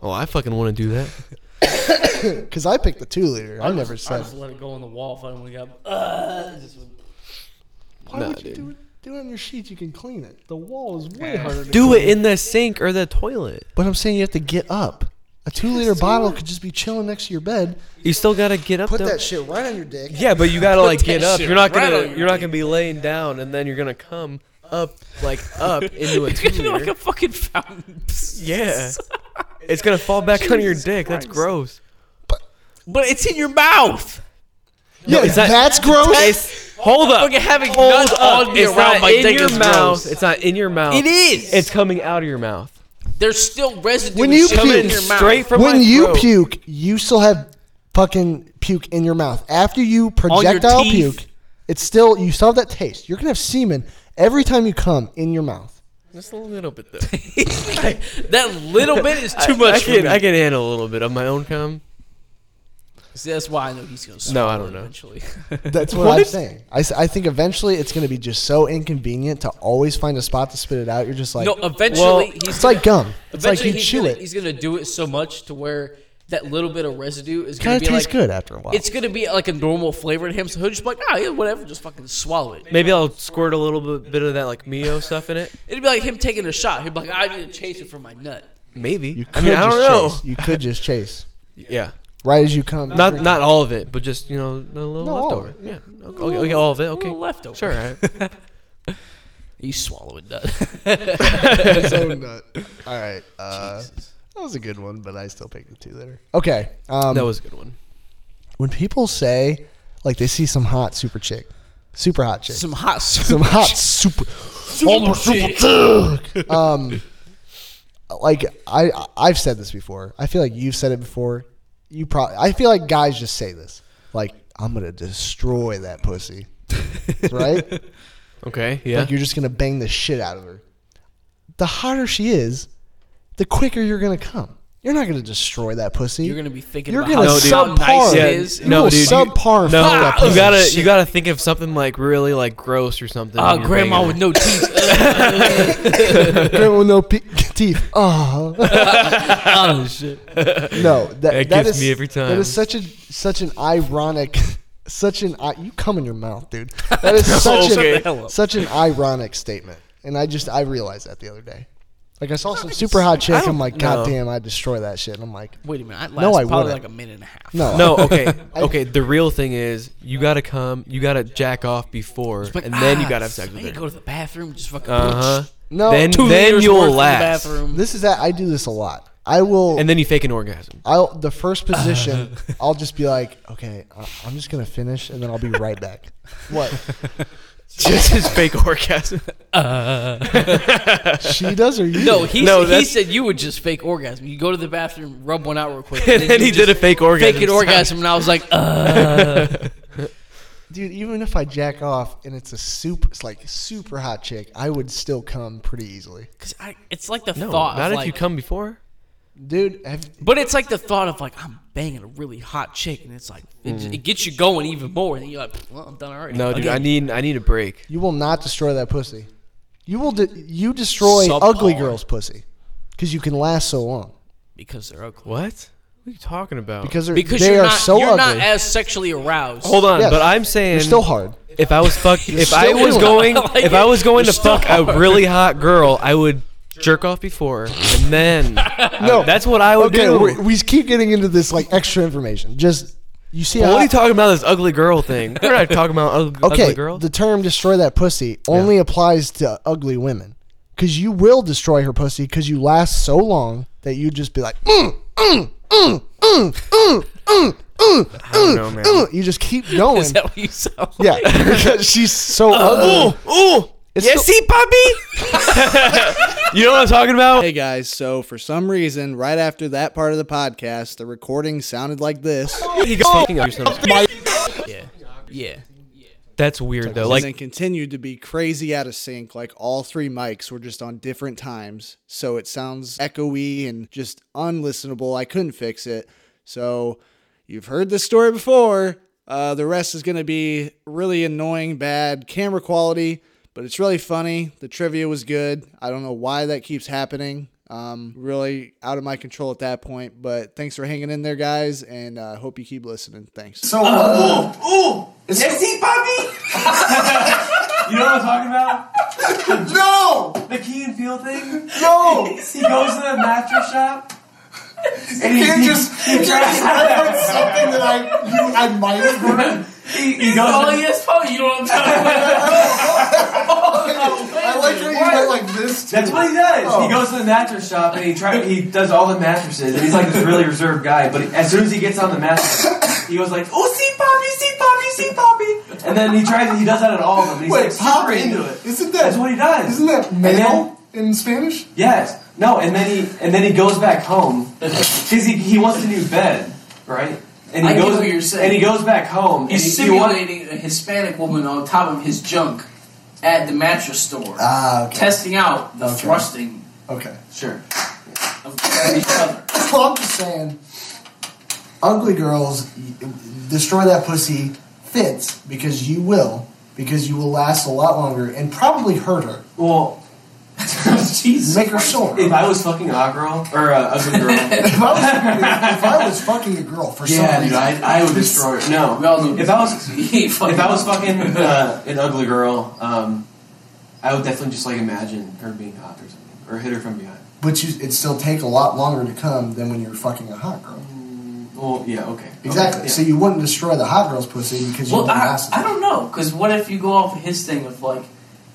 S2: Oh, I fucking want to do that.
S1: Because I picked the two liter. I never
S3: I
S1: said.
S3: just let it go on the wall if I only got. Uh, just went-
S1: Why
S2: Nah,
S1: would you
S2: dude.
S1: do it? Do it on your sheets. You can clean it. The wall is way harder. To
S2: Do it in the sink or the toilet.
S1: But I'm saying you have to get up. A two liter bottle could just be chilling next to your bed.
S2: You still gotta get up.
S1: Put
S2: though.
S1: that shit right on your dick.
S2: yeah, but you gotta like
S3: that
S2: get up.
S3: shit
S2: You're not
S3: right
S2: gonna.
S3: on your
S2: you're not gonna be laying down, and then you're gonna come up like up into a
S3: It's gonna be like
S2: toilet.
S3: a fucking fountain.
S2: Yeah, it's gonna fall back on your
S3: Jesus
S2: dick. That's
S3: Christ.
S2: gross.
S3: but it's in your mouth.
S1: Yeah,
S2: it's not-
S1: that's gross.
S2: It's, hold up.
S3: Fucking having
S2: Hold
S3: nuts
S2: up.
S3: on me
S2: It's
S3: around
S2: not
S3: my
S2: in
S3: dick
S2: your
S3: is
S2: mouth.
S3: gross.
S2: It's not in your mouth.
S3: It is.
S2: It's coming out of your mouth.
S3: There's still residue.
S1: When you
S3: and shit
S1: puke-
S3: in your mouth.
S2: Straight from
S1: when
S2: my
S1: you
S2: throat.
S1: puke, you still have fucking puke in your mouth. After you
S3: your
S1: projectile
S3: teeth.
S1: puke, it's still you still have that taste. You're gonna have semen every time you come in your mouth.
S2: Just a little bit though.
S3: that little bit is too
S2: I-
S3: much
S2: I
S3: for
S2: can,
S3: me.
S2: I can handle a little bit of my own cum.
S3: See, that's why I know he's gonna.
S2: No, I
S3: swallow
S2: don't
S3: it
S2: know.
S3: Eventually,
S1: That's what,
S2: What
S1: I'm
S2: is-
S1: saying. I, s- I think eventually it's gonna be just so inconvenient to always find a spot to spit it out. You're just like
S3: no. Eventually,
S2: Well,
S3: he's
S1: it's like gum. It's like
S3: eventually
S1: you
S3: he's
S1: chew
S3: gonna,
S1: it.
S3: He's gonna do it so much to where that little bit of residue is
S1: Kind
S3: gonna
S1: of
S3: be
S1: tastes
S3: like
S1: good after a while.
S3: it's gonna be like a normal flavor to him. So he'll just be like, ah, yeah, whatever, just fucking swallow it.
S2: Maybe I'll squirt a little bit, bit of that like Mio stuff in it.
S3: It'd be like him taking a shot. He'd be like, I need to chase it from my nut.
S2: Maybe.
S1: you
S2: I mean, I don't know.
S1: Chase. You could just chase
S2: Yeah.
S1: right as you come.
S2: Not not all of it, but just you know a little
S1: No, all
S2: leftover.
S1: of
S2: Yeah. Okay, okay, okay, all of it. Okay.
S3: Little leftover.
S2: Sure. all right.
S3: You swallow it, nut.
S1: so nut. All right. Uh, that was a good one, but I still picked the two that are okay. Um,
S2: that was a good one.
S1: when people say like they see some hot super chick, super hot chick, some,
S3: Some hot soup.
S1: hot super, super, super chick. um, like I I've said this before. I feel like you've said it before. You probably I feel like guys just say this. Like I'm gonna destroy that pussy, right?
S2: Okay. Yeah.
S1: Like you're just gonna bang the shit out of her. The hotter she is, the quicker you're gonna come. You're not gonna destroy that pussy.
S3: You're gonna be thinking
S1: You're
S3: about
S1: gonna
S3: how,
S2: No,
S3: how
S1: subpar.
S3: nice
S2: Yeah,
S3: it is.
S1: You will
S2: No, dude. you-
S1: subpar. fuck
S2: no,
S1: that
S2: you
S1: pussy.
S2: gotta you gotta think of something like really like gross or something.
S3: Ah,
S2: when you're
S3: grandma
S2: banging
S3: with
S2: her.
S3: no teeth.
S1: Grandma with no pe- teeth. Oh
S3: oh shit.
S1: no, that,
S2: That gets
S1: is,
S2: me every time.
S1: That is such a such an ironic, such an i- you come in your mouth, dude. That is such
S3: Okay.
S1: an such an ironic statement, and I just I realized that the other day. Like I saw some super hot chick, I'm like,
S2: no.
S1: God damn, I destroy that shit. And I'm like,
S3: Wait a minute. I'd last
S1: No, I
S3: probably
S1: wouldn't.
S3: like a minute and a half.
S1: no,
S2: No, okay, okay. The real thing is, you gotta come, you gotta jack off before,
S3: Like,
S2: and then
S3: ah,
S2: you gotta have sex with
S3: I need to
S2: her.
S3: go to the bathroom. Just fucking.
S2: Uh huh.
S1: No.
S2: Then
S3: Two
S2: then
S3: liters worth
S2: you'll
S3: in the
S2: last,
S3: bathroom.
S1: This is that I do this a lot. I will.
S2: and then you fake an orgasm.
S1: I'll the first position. I'll just be like, okay, I- I'm just gonna finish, and then I'll be right back. What?
S2: Just his fake orgasm.
S1: She does or you?
S3: No,
S1: do?
S3: he
S2: No,
S3: said, he
S2: that's-
S3: said you would just fake orgasm. You go to the bathroom, rub one out real quick,
S2: and then
S3: you
S2: he did
S3: just
S2: a fake orgasm.
S3: fake an orgasm, and I was like, uh.
S1: dude. Even if I jack off and it's a super, it's like super hot chick, I would still come pretty easily,
S3: 'Cause I, it's like the
S2: No,
S3: thought.
S2: not
S3: of
S2: if
S3: like,
S2: you come before.
S1: dude. Have,
S3: But it's like the thought of like I'm banging a really hot chick, and it's like it, just, it gets you going even more. And then you're like, well, I'm done already.
S2: Mm. No, dude,
S3: Again.
S2: I need I need a break.
S1: you will not destroy that pussy. You will. De- you destroy
S3: Subpar.
S1: ugly girls' pussy because you can last so long
S3: because they're ugly.
S2: What? What are you talking about?
S1: because they're,
S3: Because
S1: they
S3: you're
S1: are
S3: not
S1: so
S3: you're
S1: ugly.
S3: not as sexually aroused.
S2: Hold on,
S1: Yes.
S2: but I'm saying
S1: You're still hard.
S2: If I was fuck, if I
S1: still
S2: was
S1: doing it.
S2: going,
S3: I like
S2: if
S3: it.
S2: I was going to
S3: You're still
S2: fuck a really hot girl, I would jerk off before and then.
S1: No,
S2: that's what
S3: Oh,
S2: I would
S1: Okay,
S2: do.
S1: we're- we keep getting into this like extra information. Just you see how
S2: What are you talking about? This ugly girl thing? uh, We're not talking about ug-
S1: okay,
S2: ugly girl.
S1: The term "destroy that pussy" only applies to ugly women, because you will destroy her pussy because you last so long that you just be like, "Mm, mm, mm, mm, mm, mm, mm,
S2: I don't know, man.
S1: mm." you just keep going.
S3: Is that Uh, what you sound?
S1: yeah,
S3: Like?
S1: because she's so ugly.
S2: Ooh,
S1: It's
S2: you
S1: so-
S2: see, puppy. you know what I'm talking about?
S4: Hey guys, so for some reason, right after that part of the podcast, the recording sounded like this.
S2: He goes fucking up yourself.
S3: yeah, yeah.
S2: That's weird though.
S4: and then
S2: Like,
S4: continued to be crazy out of sync. Like all three mics were just on different times. So it sounds echoey and just unlistenable. I couldn't fix it. So you've heard this story before. Uh, the rest is going to be really annoying, bad camera quality, but it's really funny. The trivia was good. I don't know why that keeps happening. Um, really out of my control at that point, but thanks for hanging in there, guys, and uh, hope you keep listening. Thanks.
S5: So, ooh, ooh, you see, puppy? you know what I'm talking about? No! The Key and Peele thing? No! he goes to the mattress shop. And he,
S6: can't
S5: he-
S6: just
S5: he,
S6: you can't just reference something that I you, I might have heard.
S5: he, he goes
S3: Oh,
S5: to,
S3: yes, Paul, you know what I'm talking about.
S6: I like how you went like this too.
S5: That's what he does.
S3: Oh.
S5: He goes to the mattress shop and he try, he does all the mattresses and he's like this really reserved guy. But as soon as he gets on the mattress, he goes like, "Oh, see, Poppy, see, Poppy, see, Poppy," and then he tries. He does that at all of them. He's
S6: Wait,
S5: like super
S6: Poppy,
S5: into it.
S6: isn't that-
S5: That's what he does.
S6: Isn't that
S5: And then-
S6: male in Spanish?
S5: Yes. No, and then he and then he goes back home because he, he wants a new bed, right? And he
S3: I get
S5: goes
S3: what you're saying.
S5: and he goes back home. and
S3: He's
S5: he, he want-
S3: simulating a Hispanic woman on top of his junk at the mattress store,
S6: Ah,
S1: Uh,
S6: okay.
S3: testing out the thrusting
S6: Okay.
S5: sure.
S3: of each other.
S6: Well, I'm just saying, ugly girls y- destroy that pussy fits because you will because you will last a lot longer and probably hurt her.
S5: Well,
S2: Jesus.
S1: Make her sore.
S2: If I was fucking a girl or a ugly girl,
S1: If I was, if I was fucking a girl for
S2: yeah,
S1: some
S2: dude,
S1: reason,
S2: I, I would destroy her. No,
S3: We all know
S2: if I was
S3: He fucking-
S2: if I was fucking uh, an ugly girl, um, I would definitely just like imagine her being hot or something, or hit her from behind.
S1: but you, it'd still take a lot longer to come than when you're fucking a hot girl.
S2: Well, yeah, okay, Okay,
S1: Exactly.
S2: yeah.
S1: So you wouldn't destroy the hot girl's pussy because you
S3: Well,
S1: wouldn't
S3: I,
S1: ask
S3: I
S1: them.
S3: don't know, because what if you go off his thing of like,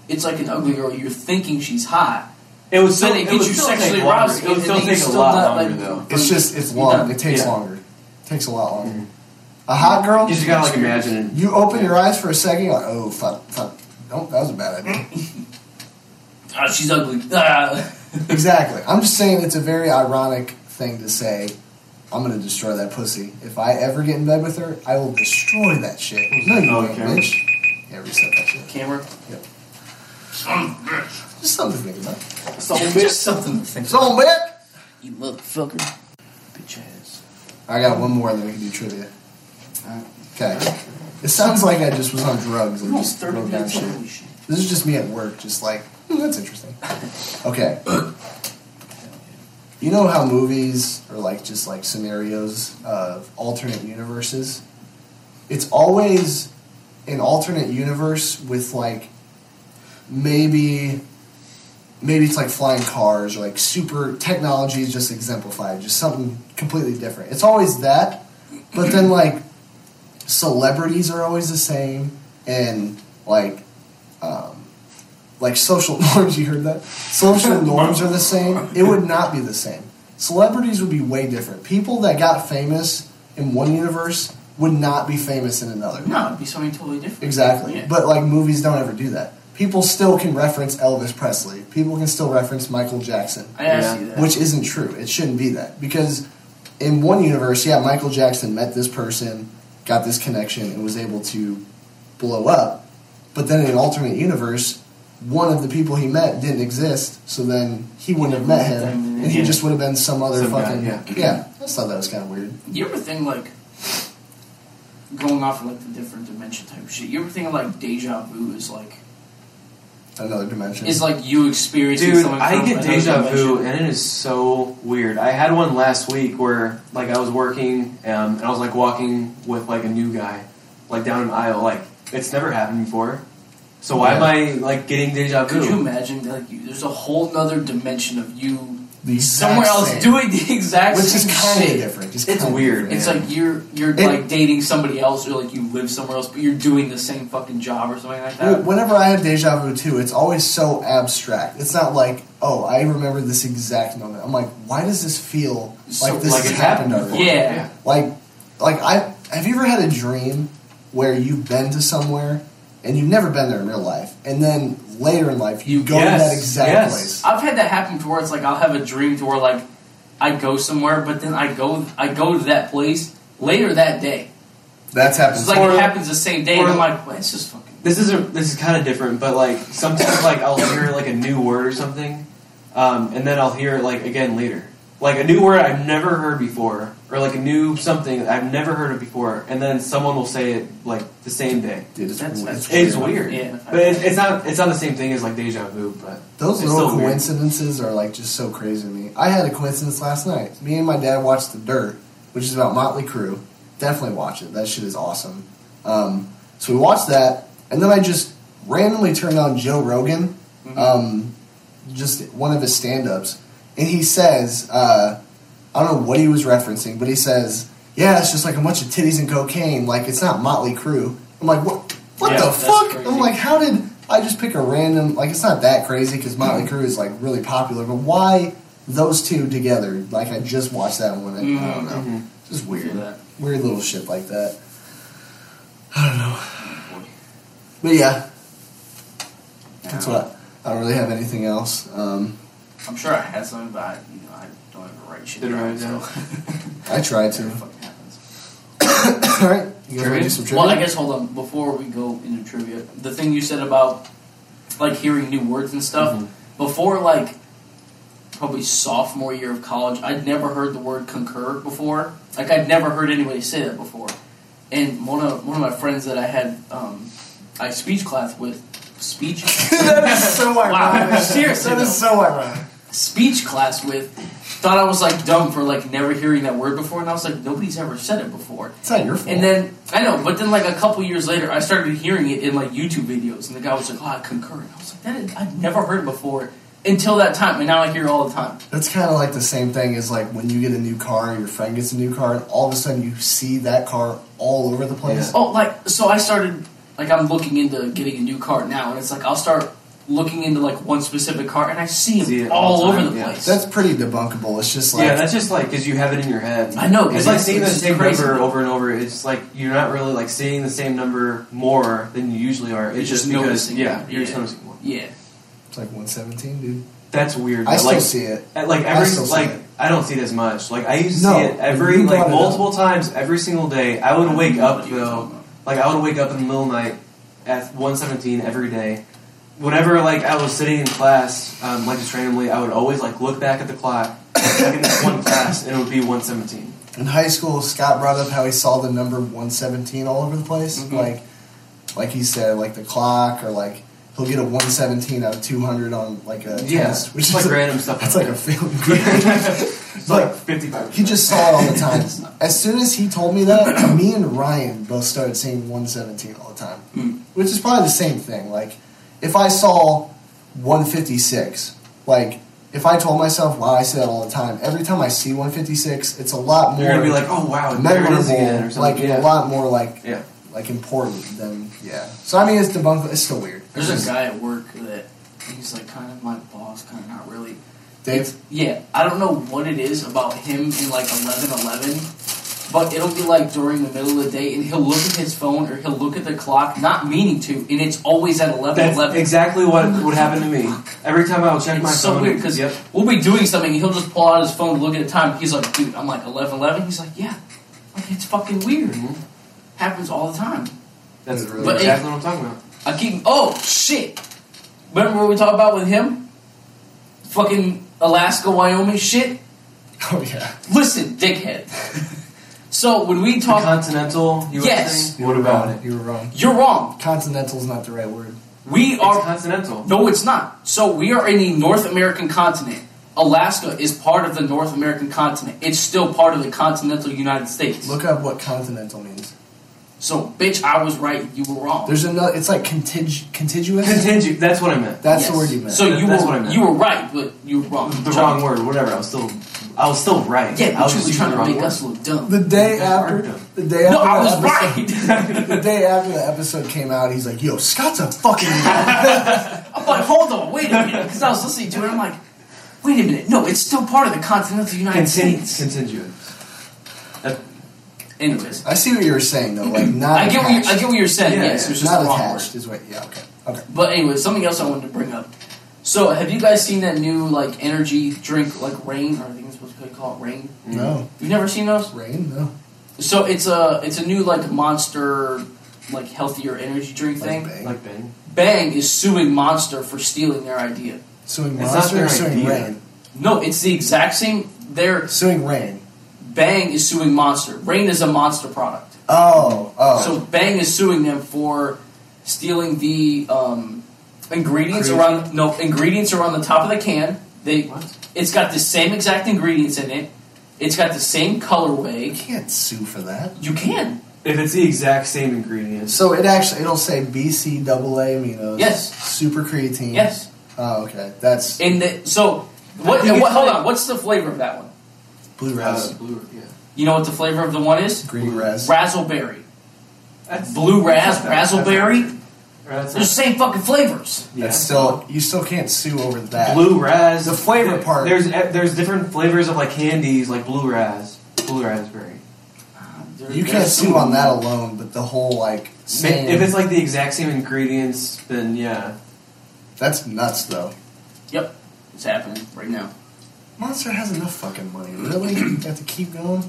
S3: it's like an ugly girl, you're thinking she's hot.
S2: it would still,
S3: then
S2: it
S3: it gets
S2: would
S3: you
S2: still
S3: sexually
S2: take longer.
S3: aroused.
S2: It would
S3: and
S2: still
S3: then
S2: take
S3: you're
S2: a
S3: still
S2: lot
S3: not,
S2: longer
S3: like,
S2: though.
S1: It's just it's
S3: You
S1: long.
S3: know,
S1: It takes
S2: yeah. Mm-hmm.
S1: longer. takes a lot longer. A hot girl.
S2: You just gotta like imagine. it.
S1: You open your eyes for a second. You're like, oh fuck, fuck. Nope, that was a bad idea.
S3: Ah, she's ugly. Ah.
S1: exactly. I'm just saying it's a very ironic thing to say. I'm gonna destroy that pussy. If I ever get in bed with her, I will destroy that shit. No, you won't,
S2: Okay.
S1: bitch. Yeah, reset that shit.
S3: Camera.
S1: Just something to think about.
S3: Just something to think
S1: It's on, bitch.
S3: You motherfucker. Bitch ass.
S1: I got one more, and then we can do trivia. Uh, Okay. It sounds like I just was on drugs and
S3: Almost
S1: just
S3: 30
S1: wrote down
S3: minutes.
S1: shit.
S3: Holy shit.
S1: This is just me at work, just like, hmm, that's interesting. Okay. You know how movies are like just like scenarios of alternate universes? It's always an alternate universe with like maybe maybe it's like flying cars or like super technology is just exemplified, just something completely different. It's always that, but then like celebrities are always the same and like um, like social norms. You heard that? Social norms are the same. It would not be the same. Celebrities would be way different. People that got famous in one universe would not be famous in another.
S3: No, it'd be something totally different.
S1: Exactly.
S3: Yeah.
S1: But like movies don't ever do that. People still can reference Elvis Presley. People can still reference Michael Jackson.
S3: I asked
S2: Yeah.
S3: you that.
S1: Which isn't true. It shouldn't be that. Because in one universe, yeah, Michael Jackson met this person, got this connection, and was able to blow up. But then in an alternate universe, one of the people he met didn't exist, so then he wouldn't have met him, and he
S2: Yeah.
S1: just would have been some other
S2: Some guy,
S1: fucking.
S2: yeah.
S1: I just thought that was kind of weird.
S3: You ever think like going off of like the different dimension type of shit? You ever think of like deja vu is like
S1: Another dimension.
S3: is like you experiencing
S2: Dude,
S3: something?
S2: I
S3: from
S2: get
S3: another
S2: deja vu,
S3: dimension?
S2: and it is so weird. I had one last week where, like, I was working, um, and I was like walking with like a new guy, like down an aisle. Like, it's never happened before. So why am I like getting deja vu?
S3: Could you imagine that like you, there's a whole nother dimension of you
S1: the exact
S3: somewhere else
S1: same,
S3: doing the exact
S1: which is
S3: same
S1: kind of
S3: shit.
S1: different. Just
S2: It's
S1: kinda
S2: weird,
S1: different.
S3: It's
S2: Yeah.
S3: like you're you're
S1: It-
S3: like dating somebody else, or like you live somewhere else, but you're doing the same fucking job or something like
S1: Well,
S3: that.
S1: whenever I have deja vu too, it's always so abstract. It's not like, oh, I remember this exact moment. I'm like, why does this feel
S3: So-
S1: like this
S2: like
S1: has
S2: it's happened
S1: happened
S2: before.
S1: already?
S3: Yeah.
S1: Like, like I have you ever had a dream where you've been to somewhere and you've never been there in real life, and then later in life you
S3: You-
S1: go
S2: yes,
S1: to that exact
S2: yes.
S1: place.
S3: I've had that happen to where it's like I'll have a dream to where like I go somewhere, but then I go I go to that place later that day.
S1: That's happened.
S3: It's like
S2: Or-
S3: it happens the same day, and
S2: or-
S3: I'm like, well, it's just fucking.
S2: This is a this is kind of different, but like sometimes like I'll hear like a new word or something, um, and then I'll hear it like again later, like a new word I've never heard before, or like a new something I've never heard of before, and then someone will say it like the same day.
S1: Dude, it's
S3: That's-
S1: weird.
S3: that's-
S2: It's weird,
S3: Yeah.
S2: but it's, it's not it's not the same thing as like deja vu. But
S1: Those
S2: It's
S1: little
S2: so weird.
S1: coincidences are like just so crazy to me. I had a coincidence last night. Me and my dad watched The Dirt, which is about Motley Crue. Definitely watch it. That shit is awesome. Um, so we watched that, and then I just randomly turned on Joe Rogan,
S3: Mm-hmm.
S1: um, just one of his stand-ups, and he says, uh, I don't know what he was referencing, but he says, "Yeah, it's just like a bunch of titties and cocaine. Like it's not Motley Crue." I'm like, "What? What
S3: Yeah,
S1: the
S3: that's
S1: fuck?"
S3: crazy.
S1: I'm like, "How did I just pick a random? Like it's not that crazy because Motley
S3: Mm-hmm.
S1: Crue is like really popular, but why those two together? Like I just watched that one. And, I don't know. Just weird,
S3: Feel Mm-hmm. that.
S1: weird little shit like that. I don't know, but yeah, that's what. I, I don't really have anything else. Um,
S3: I'm sure I had something, but I, you know, I don't ever write shit.
S2: Didn't
S3: down,
S2: write it down.
S3: so
S1: I tried
S3: it
S1: to.
S3: fucking happens.
S1: All right, you guys want to do some
S3: Trivia?
S1: trivia?
S3: Well, I guess hold on before we go into trivia. The thing you said about like hearing new words and stuff before, like probably sophomore year of college, I'd never heard the word concur before. Like I'd never heard anybody say that before. And one of one of my friends that I had um, I had speech class with, speech
S6: that is so ironic.
S3: seriously,
S6: that is so ironic.
S3: speech class with. Thought I was like dumb for like never hearing that word before, and I was like, nobody's ever said it before.
S6: It's not your fault.
S3: And then I know, but then like a couple years later, I started hearing it in like YouTube videos, and the guy was like, "Oh, I concur." And I was like, "That is, I've never heard it before until that time, and now I hear it all the time."
S6: That's kind of like the same thing as like when you get a new car, your friend gets a new car, and all of a sudden you see that car all over the place.
S3: Oh, like so I started like I'm looking into getting a new car now, and it's like I'll start looking into like one specific car, and I see
S2: See
S3: them
S2: it
S3: all,
S2: all the
S3: over
S2: time,
S3: the
S2: yeah.
S3: place.
S6: That's pretty debunkable. It's just like
S2: yeah, that's just like because you have it in your head.
S3: I know,
S2: It's like seeing the
S3: it's
S2: same
S3: crazy.
S2: number over and over. It's like you're not really like seeing the same number more than you usually are. It's
S3: You're
S2: just
S3: just
S2: because
S3: noticing
S2: yeah,
S3: it.
S2: you're just
S3: Yeah.
S2: noticing more.
S3: yeah,
S6: it's like 117, dude.
S2: That's weird.
S6: I
S2: but,
S6: still
S2: like,
S6: see it.
S2: at, like
S6: I
S2: every
S6: still see
S2: like
S6: it.
S2: I don't see it as much. Like I used to
S6: No,
S2: see it every
S6: you brought
S2: like
S6: it
S2: multiple times every single day. I would wake up though, like I would wake up in the middle of the night at one seventeen every day. Whenever like I was sitting in class, um, like just randomly, I would always like look back at the clock, like in this one class, and it would be one seventeen.
S6: In high school, Scott brought up how he saw the number 117 all over the place.
S3: Mhm.
S6: Like, like he said, like the clock, or like he'll get a 117 out of 200 on like a
S2: Yeah,
S6: test, which
S2: just, like
S6: is a-
S2: random stuff.
S6: That's like a failing grade.
S2: it's like fifty five.
S6: He just saw it all the time. As soon as he told me that, me and Ryan both started saying 117 all the time,
S2: Hmm.
S3: Mm.
S6: which is probably the same thing. Like, if I saw 156, like, if I told myself, wow, I say that all the time, every time I see 156, it's a lot more
S2: You're gonna be like, oh wow, there it is again, or
S6: memorable, like,
S2: something.
S6: and a
S2: yeah.
S6: lot more, like,
S2: Yeah.
S6: like important than, yeah. So, I mean, it's debunked, it's still weird. It's
S3: there's
S6: just-
S3: a guy at work that he's like kind of my boss, kind of not really.
S6: Dave,
S3: Yeah, I don't know what it is about him in like eleven eleven, but it'll be like during the middle of the day, and he'll look at his phone or he'll look at the clock, not meaning to, and it's always at eleven
S2: That's
S3: eleven.
S2: exactly what would happen to me. Every time I would check
S3: It's
S2: my
S3: so
S2: phone,
S3: weird 'cause-
S2: yep.
S3: We'll be doing something, and he'll just pull out his phone, look at the time. He's like, dude, I'm like eleven eleven. He's like, yeah, like it's fucking weird.
S2: Mhm.
S6: Mm-hmm.
S3: Happens all the time.
S2: That's
S6: But
S2: really
S3: it-
S2: exactly what I'm talking about.
S3: I keep. Oh shit! Remember what we talked about with him? Fucking Alaska, Wyoming shit.
S6: oh yeah,
S3: Listen, dickhead. so when we
S2: The
S3: talk,
S2: continental U.S.
S3: Yes.
S2: thing. What about it?
S6: You were wrong.
S3: you're wrong.
S6: Continental's not the right word.
S3: We
S2: It's
S3: are.
S2: continental.
S3: No, it's not. So we are in the North American continent. Alaska is part of the North American continent. It's still part of the continental United States.
S6: Look up what continental means.
S3: So, bitch, I was right. You were wrong.
S6: There's another. It's like contig- contiguous.
S2: Contingent. That's what I meant.
S6: That's
S3: Yes.
S6: the word you meant.
S3: So
S2: That-
S3: you
S2: that's
S3: were
S2: what I meant.
S3: you were right, but you were wrong.
S2: The wrong word. Whatever. I was still. I was still right.
S3: Yeah,
S2: I
S3: but
S2: was
S3: you were
S2: just using the
S3: trying to
S2: wrong
S3: make
S2: word.
S3: us look dumb.
S6: the day
S2: That's
S6: after,
S2: hard
S6: the day after,
S3: no, I
S6: the
S3: was
S6: episode-
S3: right.
S6: The day after the episode came out, he's like, "Yo, Scott's a fucking." idiot."
S3: I'm like, hold on, wait a minute, because I was listening to it. I'm like, wait a minute, no, it's still part of the continental United
S2: Contingent.
S3: States.
S2: Contingent.
S3: Anyways,
S6: I see what you were saying though, like not.
S3: I get what
S6: attached.
S3: you, I get what you're saying.
S2: Yeah,
S3: yes,
S2: yeah.
S3: it was just
S6: not
S3: the wrong
S6: attached
S3: word.
S6: is what. Yeah. Okay. Okay.
S3: But anyway, something else I wanted to bring up. So, have you guys seen that new like energy drink, like rain, or I think it's supposed to call it rain?
S6: No
S3: You've never seen those?
S6: rain. No.
S3: So it's a it's a new like monster, like healthier energy drink
S6: Like,
S3: thing.
S6: bang.
S2: Like Ben.
S3: Bang is suing Monster for stealing their idea.
S6: suing
S2: It's not
S6: monster.
S2: their
S6: Or suing
S2: idea.
S6: rain.
S3: No, it's the exact same. Their
S6: Suing rain.
S3: Bang is suing Monster. Rain is a Monster product.
S6: Oh. Oh.
S3: So Bang is suing them for stealing the um, ingredients
S2: Creatine?
S3: around no ingredients are on the top of the can. They
S2: What?
S3: it's got the same exact ingredients in it. It's got the same
S6: you
S3: colorway.
S6: can't sue for that.
S3: You can
S2: If it's the exact same ingredients.
S6: So it actually it'll say BC double A aminos.
S3: Yes.
S6: Super creatine.
S3: yes.
S6: Oh, okay. That's
S3: And the, so what?
S2: think
S3: what
S2: it's
S3: hold
S2: like-
S3: on. What's the flavor of that one?
S6: blue
S2: Uh,
S6: res,
S2: blue. Yeah.
S3: You know what the flavor of the one is?
S6: green res.
S3: Razzleberry.
S2: That's
S3: Blue raz,
S2: that's not bad.
S3: razzleberry.
S2: That's
S3: They're the
S2: not-
S3: same fucking flavors.
S2: yeah.
S6: That's still you still can't sue over that.
S2: Blue raz.
S6: The flavor
S2: There-
S6: part.
S2: There's eh, there's different flavors of like candies, like blue raz, blue raspberry.
S3: They're-
S6: You
S3: they're
S6: can't
S3: so-
S6: sue on that alone, but the whole like
S2: Ma-
S6: same.
S2: If it's like the exact same ingredients, then yeah.
S6: that's nuts though.
S3: It's happening right now.
S6: Monster has enough fucking money. Really, you have to keep going.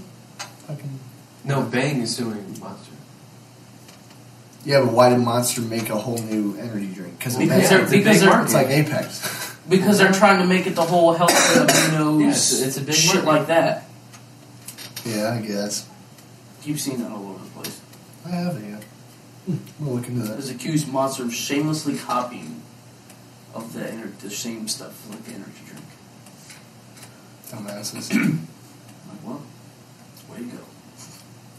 S6: Fucking
S2: No, Bang is suing Monster.
S6: yeah, but why did Monster make a whole new energy drink? Because
S3: Because
S2: Yeah,
S3: they're
S2: it's a big
S3: because they're
S2: market.
S6: it's like Apex.
S3: because they're trying to make it the whole health of aminos.
S2: Yeah, it's- it's a big
S3: shit
S2: market.
S3: like that.
S6: Yeah, I guess.
S3: You've seen that all over the place.
S6: I have it. Yeah.
S1: I'm gonna uh, hmm, look into that.
S7: has accused Monster of shamelessly copying of the ener- the same stuff like the energy drink.
S1: Dumbasses.
S7: I'm like, well, way to go.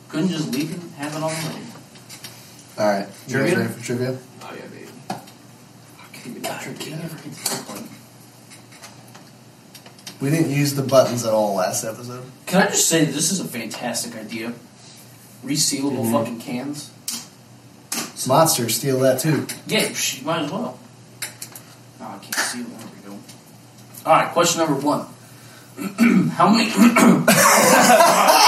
S7: Couldn't just leave it, have it on the label.
S1: All right. You guys
S7: Trivia?
S1: ready for trivia?
S7: Oh yeah, baby. Fucking God, I can't ever get to that point.
S1: We didn't use the buttons at all last episode.
S7: Can I just say that this is a fantastic idea? Resealable
S1: Mm-hmm.
S7: fucking cans.
S1: Monster steal that too.
S7: Yeah, psh, you might as well. No, Ah, I can't see them. There we go. All right, question number one. How many?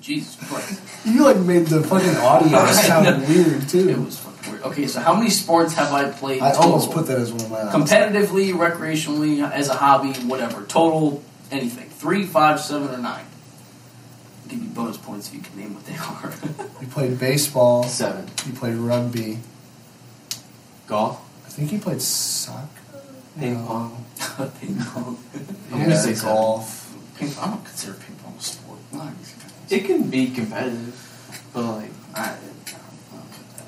S7: Jesus Christ!
S1: You like made the fucking audio sound weird
S7: It
S1: too.
S7: was fucking weird. Okay, so how many sports have I played?
S1: I almost
S7: total?
S1: put that as one of my. options.
S7: competitively, recreationally, as a hobby, whatever. Total, anything. Three, five, seven, or nine. I'll give you bonus points if you can name what they are.
S1: You played baseball.
S2: Seven.
S1: You played rugby.
S2: Golf.
S1: I think you played soccer.
S2: Ping
S1: No.
S2: pong.
S7: ping pong.
S2: I'm gonna
S1: Yeah,
S2: say seven.
S1: golf.
S7: Ping pong. I don't consider ping pong a sport. Alright,
S2: It can be competitive, but like
S7: I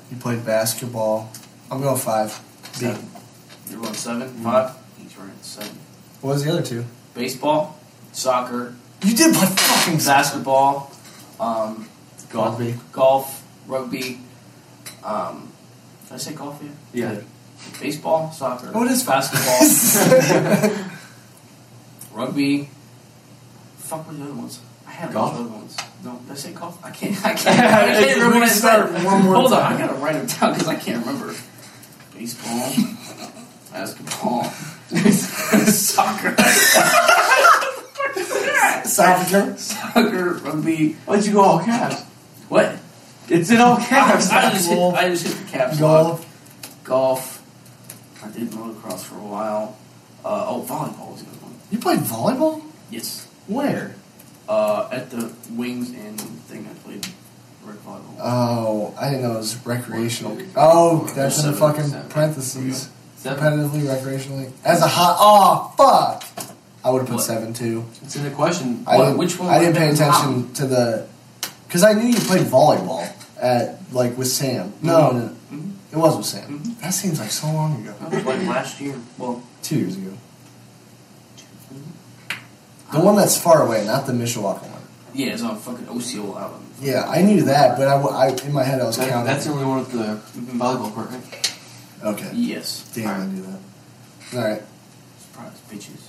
S1: You played basketball. I'm going five. B.
S7: Seven. You're going seven,
S2: Mm-hmm.
S7: five. He's right. Seven.
S1: What was the other two?
S7: Baseball, soccer,
S1: You did play fucking
S7: basketball, um,
S2: golf.
S1: Rugby.
S7: golf, rugby. Um, did I say golf yet?
S2: Yeah.
S7: Baseball, soccer,
S1: Oh, it is
S7: basketball, rugby. Fuck with the other ones. I had
S2: Golf?
S7: a bunch of other ones. No, did I say golf? I can't. I can't. I can't remember what I said.
S1: Restart one more
S7: Hold
S1: time.
S7: on, I gotta write them down because I can't remember. Baseball, basketball, soccer,
S1: South Dakota.
S7: soccer, rugby.
S2: Why'd you go all caps?
S7: What?
S2: It's in all
S7: I
S2: caps.
S7: just, I just hit,
S2: asshole.
S7: I just hit the caps lock.
S1: Golf.
S7: Golf. I did motocross for a while. Uh, oh, volleyball was a good one.
S1: You played volleyball?
S7: Yes.
S1: Where?
S7: Uh, at the wings and thing I played rec volleyball.
S1: Oh, I didn't know it was recreational. Oh, that's in the
S2: Seven,
S1: fucking
S2: seven.
S1: parentheses.
S2: Seven.
S1: Competitively, recreationally. As a hot. Oh, fuck! I would have put
S7: What?
S1: seven too.
S2: It's in the question.
S1: I
S7: What-
S1: didn't,
S7: which one
S1: I didn't
S7: would've
S1: pay
S7: been
S1: attention to the. Because I knew you played volleyball at like with Sam. No, no,
S7: Mhm.
S1: it was with Sam. That seems like so long ago.
S7: That was like last year. Well,
S1: Two years ago. The one that's far away, not the Mishawaka one.
S7: yeah, it's on fucking Osceola Island.
S1: Yeah, I knew that, but I, w- I- in my head I was
S2: That,
S1: counting.
S2: that's the only one with the volleyball court. Right?
S1: okay.
S7: Yes.
S1: Damn, I knew that. All right.
S7: Surprise, bitches.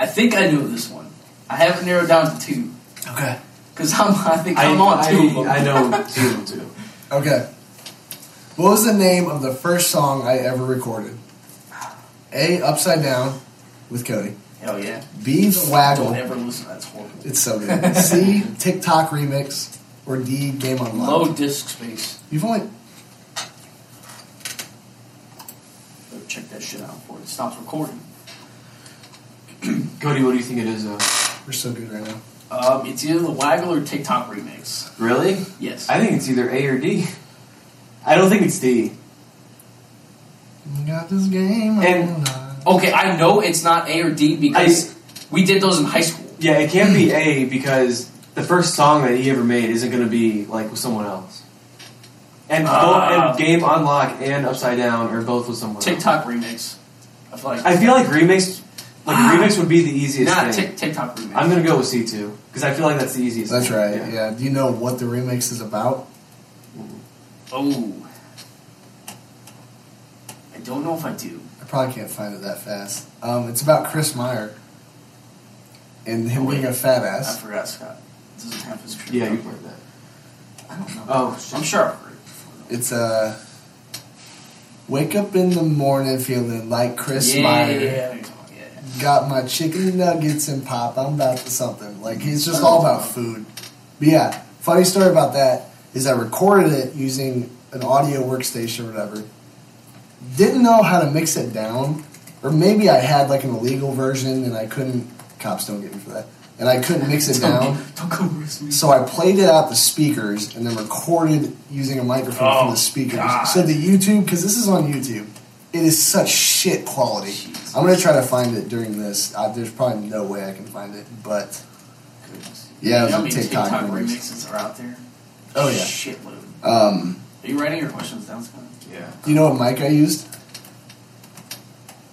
S7: I think I knew this one. I have it narrowed down to two.
S1: Okay.
S7: Because I'm, I think I'm on two of them.
S2: I, I know two too.
S1: Okay. What was the name of the first song I ever recorded? A. Upside Down with Cody.
S7: Hell yeah.
S1: B. The
S7: Don't
S1: Waggle.
S7: ever listen. That's horrible.
S1: It's so good. C. TikTok Remix. Or D. Game on
S7: Low
S1: Low.
S7: disk space.
S1: You've only.
S7: Better check that shit out before it stops recording.
S2: Cody, what do you think it is? Though?
S1: We're so good right now.
S7: Um, it's either the Waggle or TikTok remix.
S2: Really?
S7: Yes.
S2: I think it's either A or D. I don't think it's D.
S1: We got this game. on
S2: And-
S1: line.
S7: okay, I know it's not A or D because we did those in high school.
S2: Yeah, it can't be A because the first song that he ever made isn't going to be like with someone else. And, both,
S7: Ah.
S2: and Game Unlock and Upside Down are both with someone. else.
S7: TikTok remix. I feel like
S2: I feel like remix, like
S7: Ah.
S2: remix would be the easiest
S7: not
S2: thing.
S7: Tik TikTok remix.
S2: I'm gonna go with C two because I feel like that's the easiest.
S1: That's
S2: thing.
S1: right. Yeah. Do you know what the remix is about?
S7: oh, I don't know if I do.
S1: I probably can't find it that fast. Um, it's about Chris Meyer and him being a fat
S7: I
S1: ass.
S7: forgot Scott. It doesn't have his.
S2: Yeah, you played that.
S7: I don't know.
S2: Oh, shit.
S7: I'm sure I've heard it before. though.
S1: It's Uh, Wake up in the morning feeling like Chris
S7: yeah,
S1: Meyer.
S7: yeah, yeah, I know, yeah.
S1: Got my chicken nuggets and pop. I'm about to something. Like it's just all about food. But yeah, funny story about that is I recorded it using an audio workstation or whatever. Didn't know how to mix it down, or maybe I had like an illegal version and I couldn't. Cops don't get me for that. And I couldn't mix it down.
S7: Don't go risk me.
S1: So I played it out the speakers and then recorded using a microphone from the speakers.
S7: Oh, God.
S1: So the YouTube, because this is on YouTube, it is such shit quality.
S7: Jeez.
S1: I'm gonna try to find it during this. I, there's probably no way I can find it, but
S7: Goodness.
S1: Yeah, it was
S7: how
S1: a
S7: many
S1: TikTok
S7: TikTok,
S1: remix.
S7: remixes are out there?
S1: Oh, yeah.
S7: Shitload.
S1: Um,
S7: Are you writing your questions down, Scott? Yeah.
S1: you know what mic I used?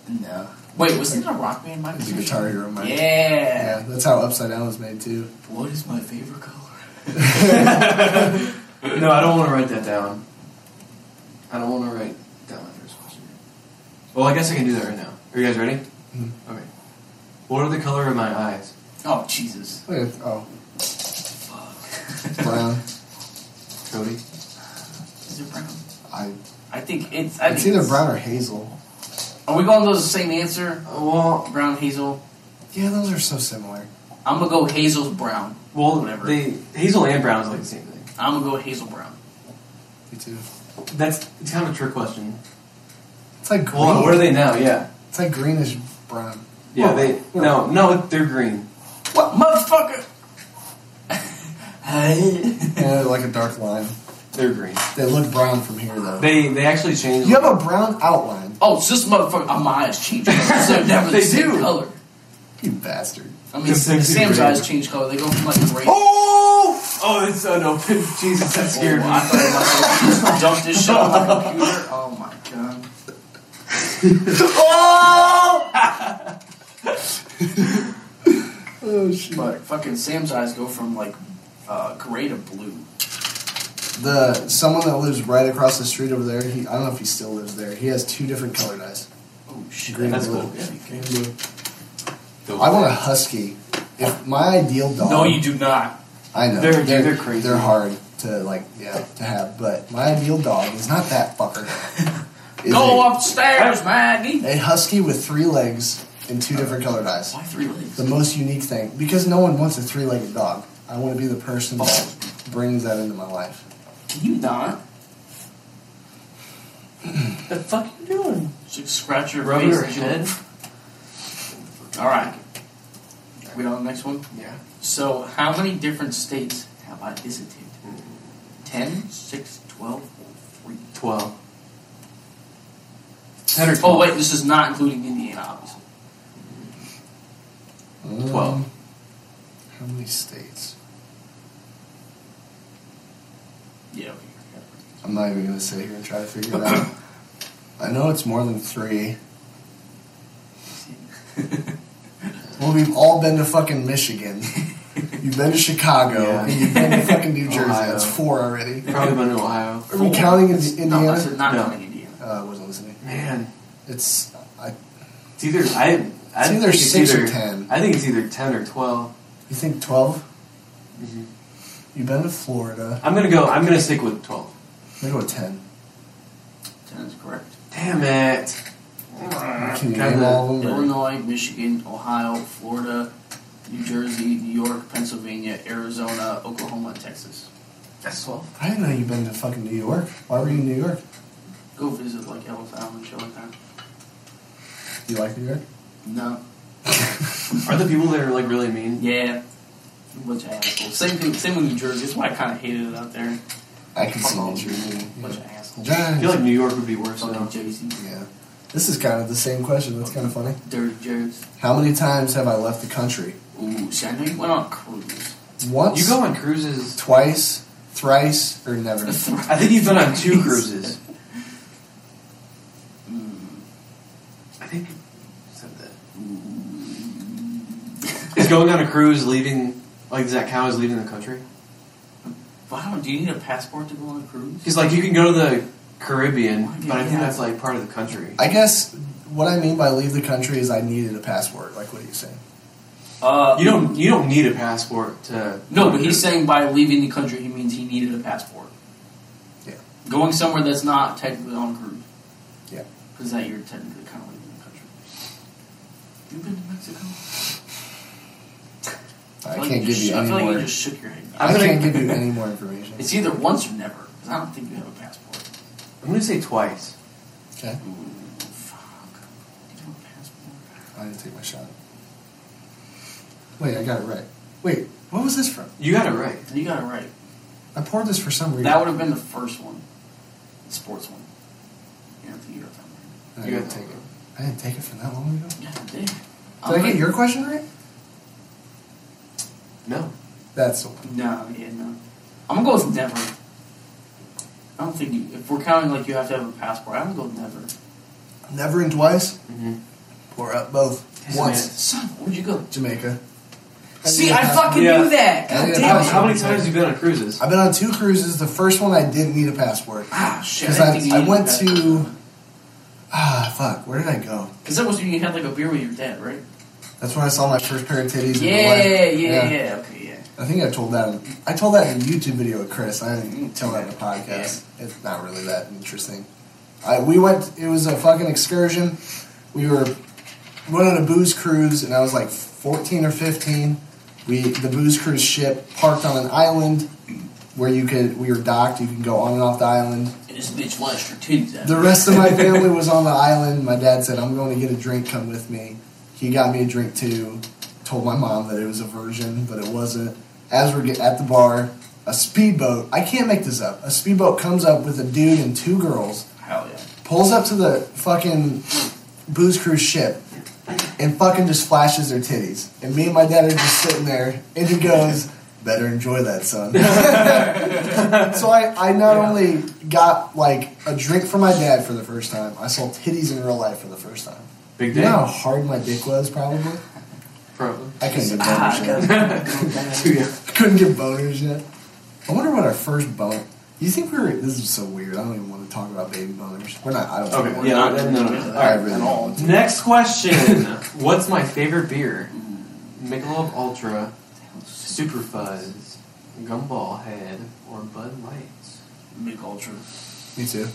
S7: No. Wait, was it a rock band mic?
S1: It was a guitar hero mic.
S7: Yeah.
S1: Yeah, that's how Upside Down was made too.
S7: What is my favorite color?
S2: No, I don't want to write that down. I don't want to write down my first question. Well, I guess I can do that right now. Are you guys ready?
S1: Mm-hmm.
S2: Okay. What are the color of my eyes?
S7: Oh Jesus.
S1: Wait, oh, brown.
S2: Cody?
S7: Is it brown?
S1: I,
S7: I think it's. I
S1: it's
S7: think
S1: either brown or hazel.
S7: Are we going to the same answer?
S2: Well,
S7: Brown hazel.
S1: Yeah, those are so similar.
S7: I'm gonna go hazel's brown.
S2: well,
S7: Whatever.
S2: They, hazel and brown is like the same thing.
S7: I'm gonna go hazel brown.
S1: Me too.
S2: That's it's kind of a trick question.
S1: It's like green.
S2: Well, what are they now? Yeah,
S1: It's like greenish brown.
S2: yeah. They
S1: oh.
S2: no, no. They're green.
S7: What motherfucker?
S1: Yeah, like a dark line.
S2: They're green.
S1: They look brown from here though.
S2: They they actually changed.
S1: You have a brown outline.
S7: oh, it's this motherfucker. Oh, my eyes change. color. They're never the
S2: They
S7: same
S2: do.
S7: color.
S1: You bastard.
S7: I mean, Sam's eyes change color. They go from like gray.
S2: oh oh, it's unopened. Jesus, that
S7: Oh, I
S2: scared me.
S7: thought I dumped this shit on my computer. Oh my god.
S1: Oh shit.
S7: But fucking Sam's eyes go from like uh, gray to blue.
S1: The someone that lives right across the street over there. He, I don't know if he still lives there. He has two different colored eyes.
S7: Oh shit.
S1: Green
S2: That's
S1: and blue.
S2: cool. Yeah.
S1: Green and blue. I want a husky. If my ideal dog.
S7: No, you do not.
S1: I know
S2: They're- they're crazy.
S1: They're hard to like, yeah, to have. But my ideal dog is not that fucker. Is
S7: Go
S1: a,
S7: upstairs, Maggie.
S1: a husky with three legs and two different colored eyes.
S7: Why three legs?
S1: The most unique thing because no one wants a three-legged dog. I want to be the person that brings that into my life.
S7: Can you not? the fuck you doing? Just scratch your
S2: Rubbing
S7: face
S2: her head.
S7: and shit. All right. We on the next one.
S2: Yeah.
S7: So, how many different states have I visited? 10, 6, 12, or 3?
S2: Twelve. Ten or
S7: Oh,
S2: twelve.
S7: wait, this is not including Indiana, obviously.
S1: Mm,
S2: Twelve.
S1: How many states?
S7: Yeah.
S1: I'm not even gonna sit here and try to figure it out. I know it's more than three. Well, we've all been to fucking Michigan. You've been to Chicago,
S2: Yeah.
S1: and you've been to fucking New Jersey.
S2: Ohio.
S1: That's four already.
S2: Probably been in Ohio.
S1: Are we counting in Indiana?
S7: No, I said not
S2: No.
S7: counting Indiana.
S1: Uh, I wasn't listening.
S2: Man,
S1: It's I.
S2: it's either I. I
S1: It's
S2: think
S1: either
S2: it's
S1: six or
S2: either-
S1: 10.
S2: I think it's either ten or twelve.
S1: You think twelve?
S2: Mhm.
S1: You've been to Florida.
S2: I'm gonna go. I'm gonna stick with twelve.
S1: I'm gonna go with ten.
S7: 10 is correct.
S2: Damn it.
S1: Can you
S2: Kinda.
S1: name all of them? or-
S7: Illinois, Michigan, Ohio, Florida, New Jersey, New York, Pennsylvania, Arizona, Oklahoma, and Texas.
S2: That's twelve.
S1: I didn't know you've been to fucking New York. Why were you in New York?
S7: Go visit like Ellis Island and shit like that.
S1: Do you like New York?
S7: No.
S2: Are the people there like really mean?
S7: Yeah. A bunch of assholes. Same thing, same with New Jersey. That's why I kind of hated it out there.
S1: I can see New
S7: Bunch
S1: Jersey.
S7: of assholes.
S2: I
S1: Giants.
S2: feel like New York would be worse
S7: Fucking
S2: now.
S7: Jay-Z.
S1: Yeah. This is kind of the same question. That's kind of funny.
S7: Dirty Jerks.
S1: How many times have I left the country?
S7: Ooh, see, I know you went on a cruise.
S1: Once,
S2: You go on cruises.
S1: twice, thrice, or never.
S2: I think you've been on two cruises.
S7: Hmm.
S2: I think you said that. Is going on a cruise leaving like does that count as leaving the country?
S7: Wow, do you need a passport to go on a cruise?
S2: Because like you can go to the Caribbean,
S7: Oh,
S2: but I think
S7: yeah.
S2: that's like part of the country.
S1: I guess what I mean by leave the country is I needed a passport. Like, what are you saying?
S7: Uh,
S2: You don't you don't need a passport to
S7: No, but he's saying by leaving the country, he means he needed a passport.
S1: Yeah.
S7: Going somewhere that's not technically on cruise.
S1: Yeah.
S7: Because that you're technically kind of leaving the country. You been to Mexico?
S1: I
S7: feel like
S1: can't give
S7: just-
S1: you
S7: I
S1: any
S7: feel like
S1: more.
S7: you just shook your head.
S1: I
S2: I'm gonna-
S1: can't give you any more information.
S7: It's either once or never. 'cause I don't think you have a passport.
S2: I'm gonna say twice.
S1: Okay,
S7: Ooh, fuck. You don't have a passport.
S1: I didn't take my shot. Wait, I got it right. Wait, what was this from?
S2: You got it right.
S7: You got it right.
S1: I poured this for some reason.
S7: That would have been the first one. The sports one. You don't think you got that one.
S1: I
S2: You
S1: didn't
S2: got
S1: take it. I didn't take it from that long ago.
S7: Yeah, I did.
S1: Did I get your question right?
S2: No.
S1: That's the one.
S7: No, yeah, no. I'm gonna go with never. I don't think you, if we're counting like you have to have a passport, I'm gonna go never.
S1: Never and twice.
S7: Mm-hmm.
S2: Mhm.
S1: Pour up both
S2: Yes,
S1: once.
S2: man.
S7: Son, where'd you go?
S1: Jamaica.
S7: See, I fucking
S2: Yeah.
S7: knew that. God
S1: Yeah.
S7: damn
S2: How,
S7: it!
S2: how many times have you been on cruises?
S1: I've been on two cruises. The first one I didn't need a passport
S7: Ah, shit!
S1: because
S7: didn't think you
S1: I, I
S7: needed
S1: went
S7: that.
S1: to ah fuck where did I go?
S7: Because that was when you had like a beer with your dad, right?
S1: That's when I saw my first pair of titties. in real
S7: Yeah,
S1: life.
S7: yeah, yeah, Okay, yeah.
S1: I think I told that. I told that in a YouTube video with Chris. I didn't tell that in a podcast. It's not really that interesting. I, we went. It was a fucking excursion. We were went on a booze cruise, and I was like fourteen or fifteen. We the booze cruise ship parked on an island where you could. We were docked. You can go on and off the island.
S7: And this bitch lashed her titties out.
S1: The rest of my family was on the island. My dad said, I'm going to get a drink, come with me. He got me a drink too. Told my mom that it was a virgin, but it wasn't. As we're get- at the bar, a speedboat, I can't make this up, a speedboat comes up with a dude and two girls,
S7: Hell yeah.
S1: pulls up to the fucking booze cruise ship, and fucking just flashes their titties. And me and my dad are just sitting there, and he goes, Better enjoy that, son. So I, I not only got like a drink for my dad for the first time, I saw titties in real life for the first time.
S2: Big
S1: You
S2: day.
S1: know how hard my dick was, probably.
S2: Probably.
S1: I couldn't get
S7: Ah,
S1: boners
S7: God,
S1: yet. I couldn't get boners yet. I wonder what our first bone. You think we were? This is so weird. I don't even want to talk about baby boners. We're not. I don't.
S2: Okay.
S1: Think we're,
S2: Yeah. No. No. no. All
S1: I
S2: right.
S1: really don't want to.
S2: Next question. What's my favorite beer? Michelob Ultra, Super Fuzz, Gumball Head, or Bud Light?
S7: Big Ultra.
S1: Me too.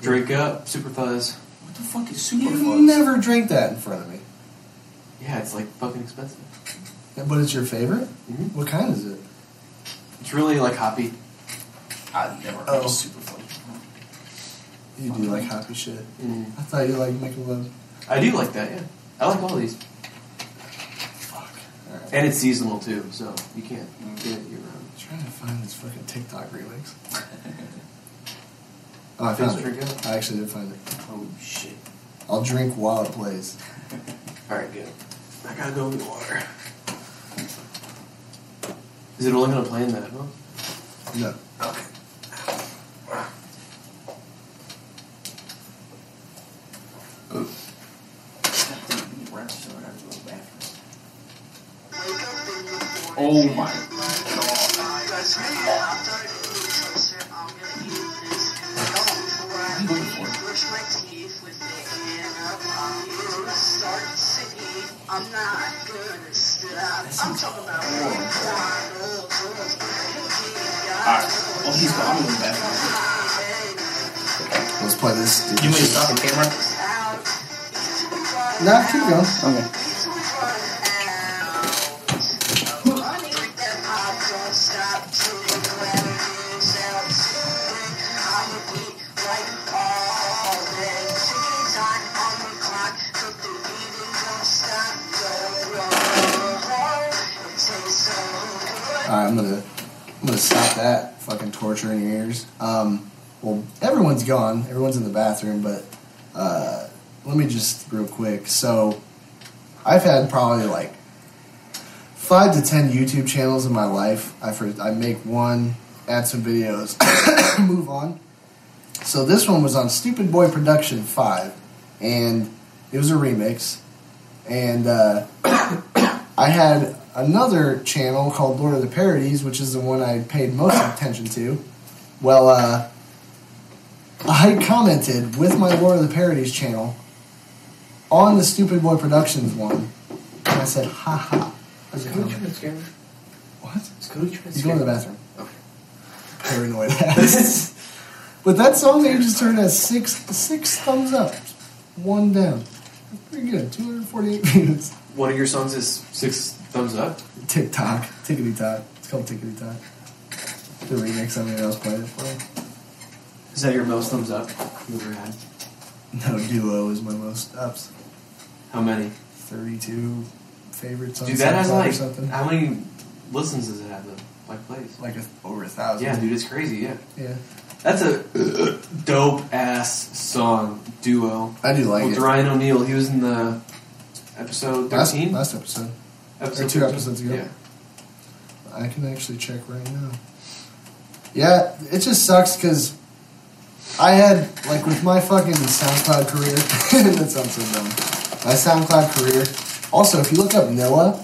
S2: Drink up, Super Fuzz.
S7: What the fuck is Super
S1: You
S7: Fuzz?
S1: never drink that in front of me.
S2: Yeah, it's like fucking expensive.
S1: But it's your favorite.
S2: Mhm.
S1: What kind is it?
S2: It's really like hoppy.
S7: I've never heard
S1: Oh.
S7: of Super Fuzz.
S1: You do like happy shit.
S2: Mm.
S1: I thought you liked Michelob.
S2: I do like that. Yeah, I like all these,
S1: Fuck. All right.
S2: and it's seasonal too, so you can't get it year round.
S1: trying to find this fucking TikTok remix. oh, I
S2: Thanks
S1: found
S2: for
S1: it.
S2: drinking.
S1: I actually did find it.
S7: Oh shit.
S1: I'll drink while it plays.
S2: All right, good. I gotta go get water. Is it only gonna play in the headphones?
S1: No.
S2: Okay.
S7: God damn, I need to wrap this up. I gotta go to the bathroom. Oh my god. I'm looking for it.
S8: brush my teeth with the hand up. I'm gonna start to eat. I'm not gonna stop. I'm talking about
S7: Alright. Well, he's gone. I'm going to the bathroom.
S1: Let's play this.
S7: You want me to stop the camera?
S1: Nah, keep going. Okay. Alright, I'm gonna I'm gonna stop that fucking torture in your ears. Um well everyone's gone, everyone's in the bathroom, but uh let me just real quick. So I've had probably like five to ten YouTube channels in my life. I first, I make one, add some videos, move on. So this one was on Stupid Boy Production Five, and it was a remix. And uh, I had another channel called Lord of the Parodies, which is the one I paid most attention to. Well, uh, I commented with my Lord of the Parodies channel on the Stupid Boy Productions one, and I said, "Ha ha." As a comment.
S2: to scare me?
S1: What?
S2: Is Cody trying
S1: He's going to the bathroom.
S2: Okay.
S1: Paranoid ass. but that song that you just heard has six six thumbs up, one down. That's pretty good. Two hundred forty-eight views.
S2: One of your songs is six thumbs up.
S1: TikTok, tickety tock. It's called tickety tock. The remix. I mean, I was playing it for. me.
S2: Is that your most thumbs up you ever had?
S1: No duo is my most ups.
S2: How many?
S1: Thirty-two favorites on
S2: Dude, that has
S1: SoundCloud or
S2: like
S1: something.
S2: how many listens does it have though? Like plays?
S1: Like a, over a thousand.
S2: Yeah, dude, it's crazy. Yeah,
S1: Yeah.
S2: that's a dope ass song duo
S1: I do like
S2: with
S1: it.
S2: Ryan O'Neal. He was in the episode
S1: Last,
S2: thirteen.
S1: last episode.
S2: episode
S1: or two
S2: 13.
S1: episodes ago.
S2: Yeah,
S1: I can actually check right now. Yeah, it just sucks because I had like with my fucking SoundCloud career. that sounds so dumb. My SoundCloud career. Also, if you look up Nilla,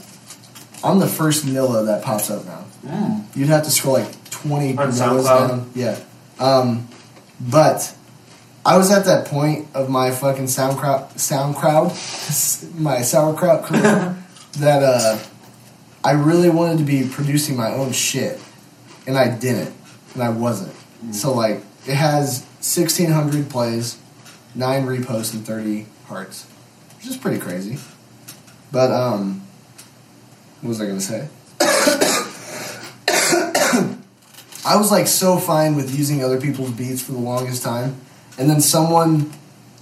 S1: I'm the first Nilla that pops up now. You'd have to scroll like 20
S2: On
S1: Nillas
S2: SoundCloud?
S1: down. Yeah. Um, but I was at that point of my fucking SoundCloud, SoundCloud, my sauerkraut career that uh, I really wanted to be producing my own shit, and I didn't, and I wasn't. So like, it has 1,600 plays, nine reposts, and 30 hearts, which is pretty crazy. But um, what was I gonna say? I was like so fine with using other people's beats for the longest time, and then someone,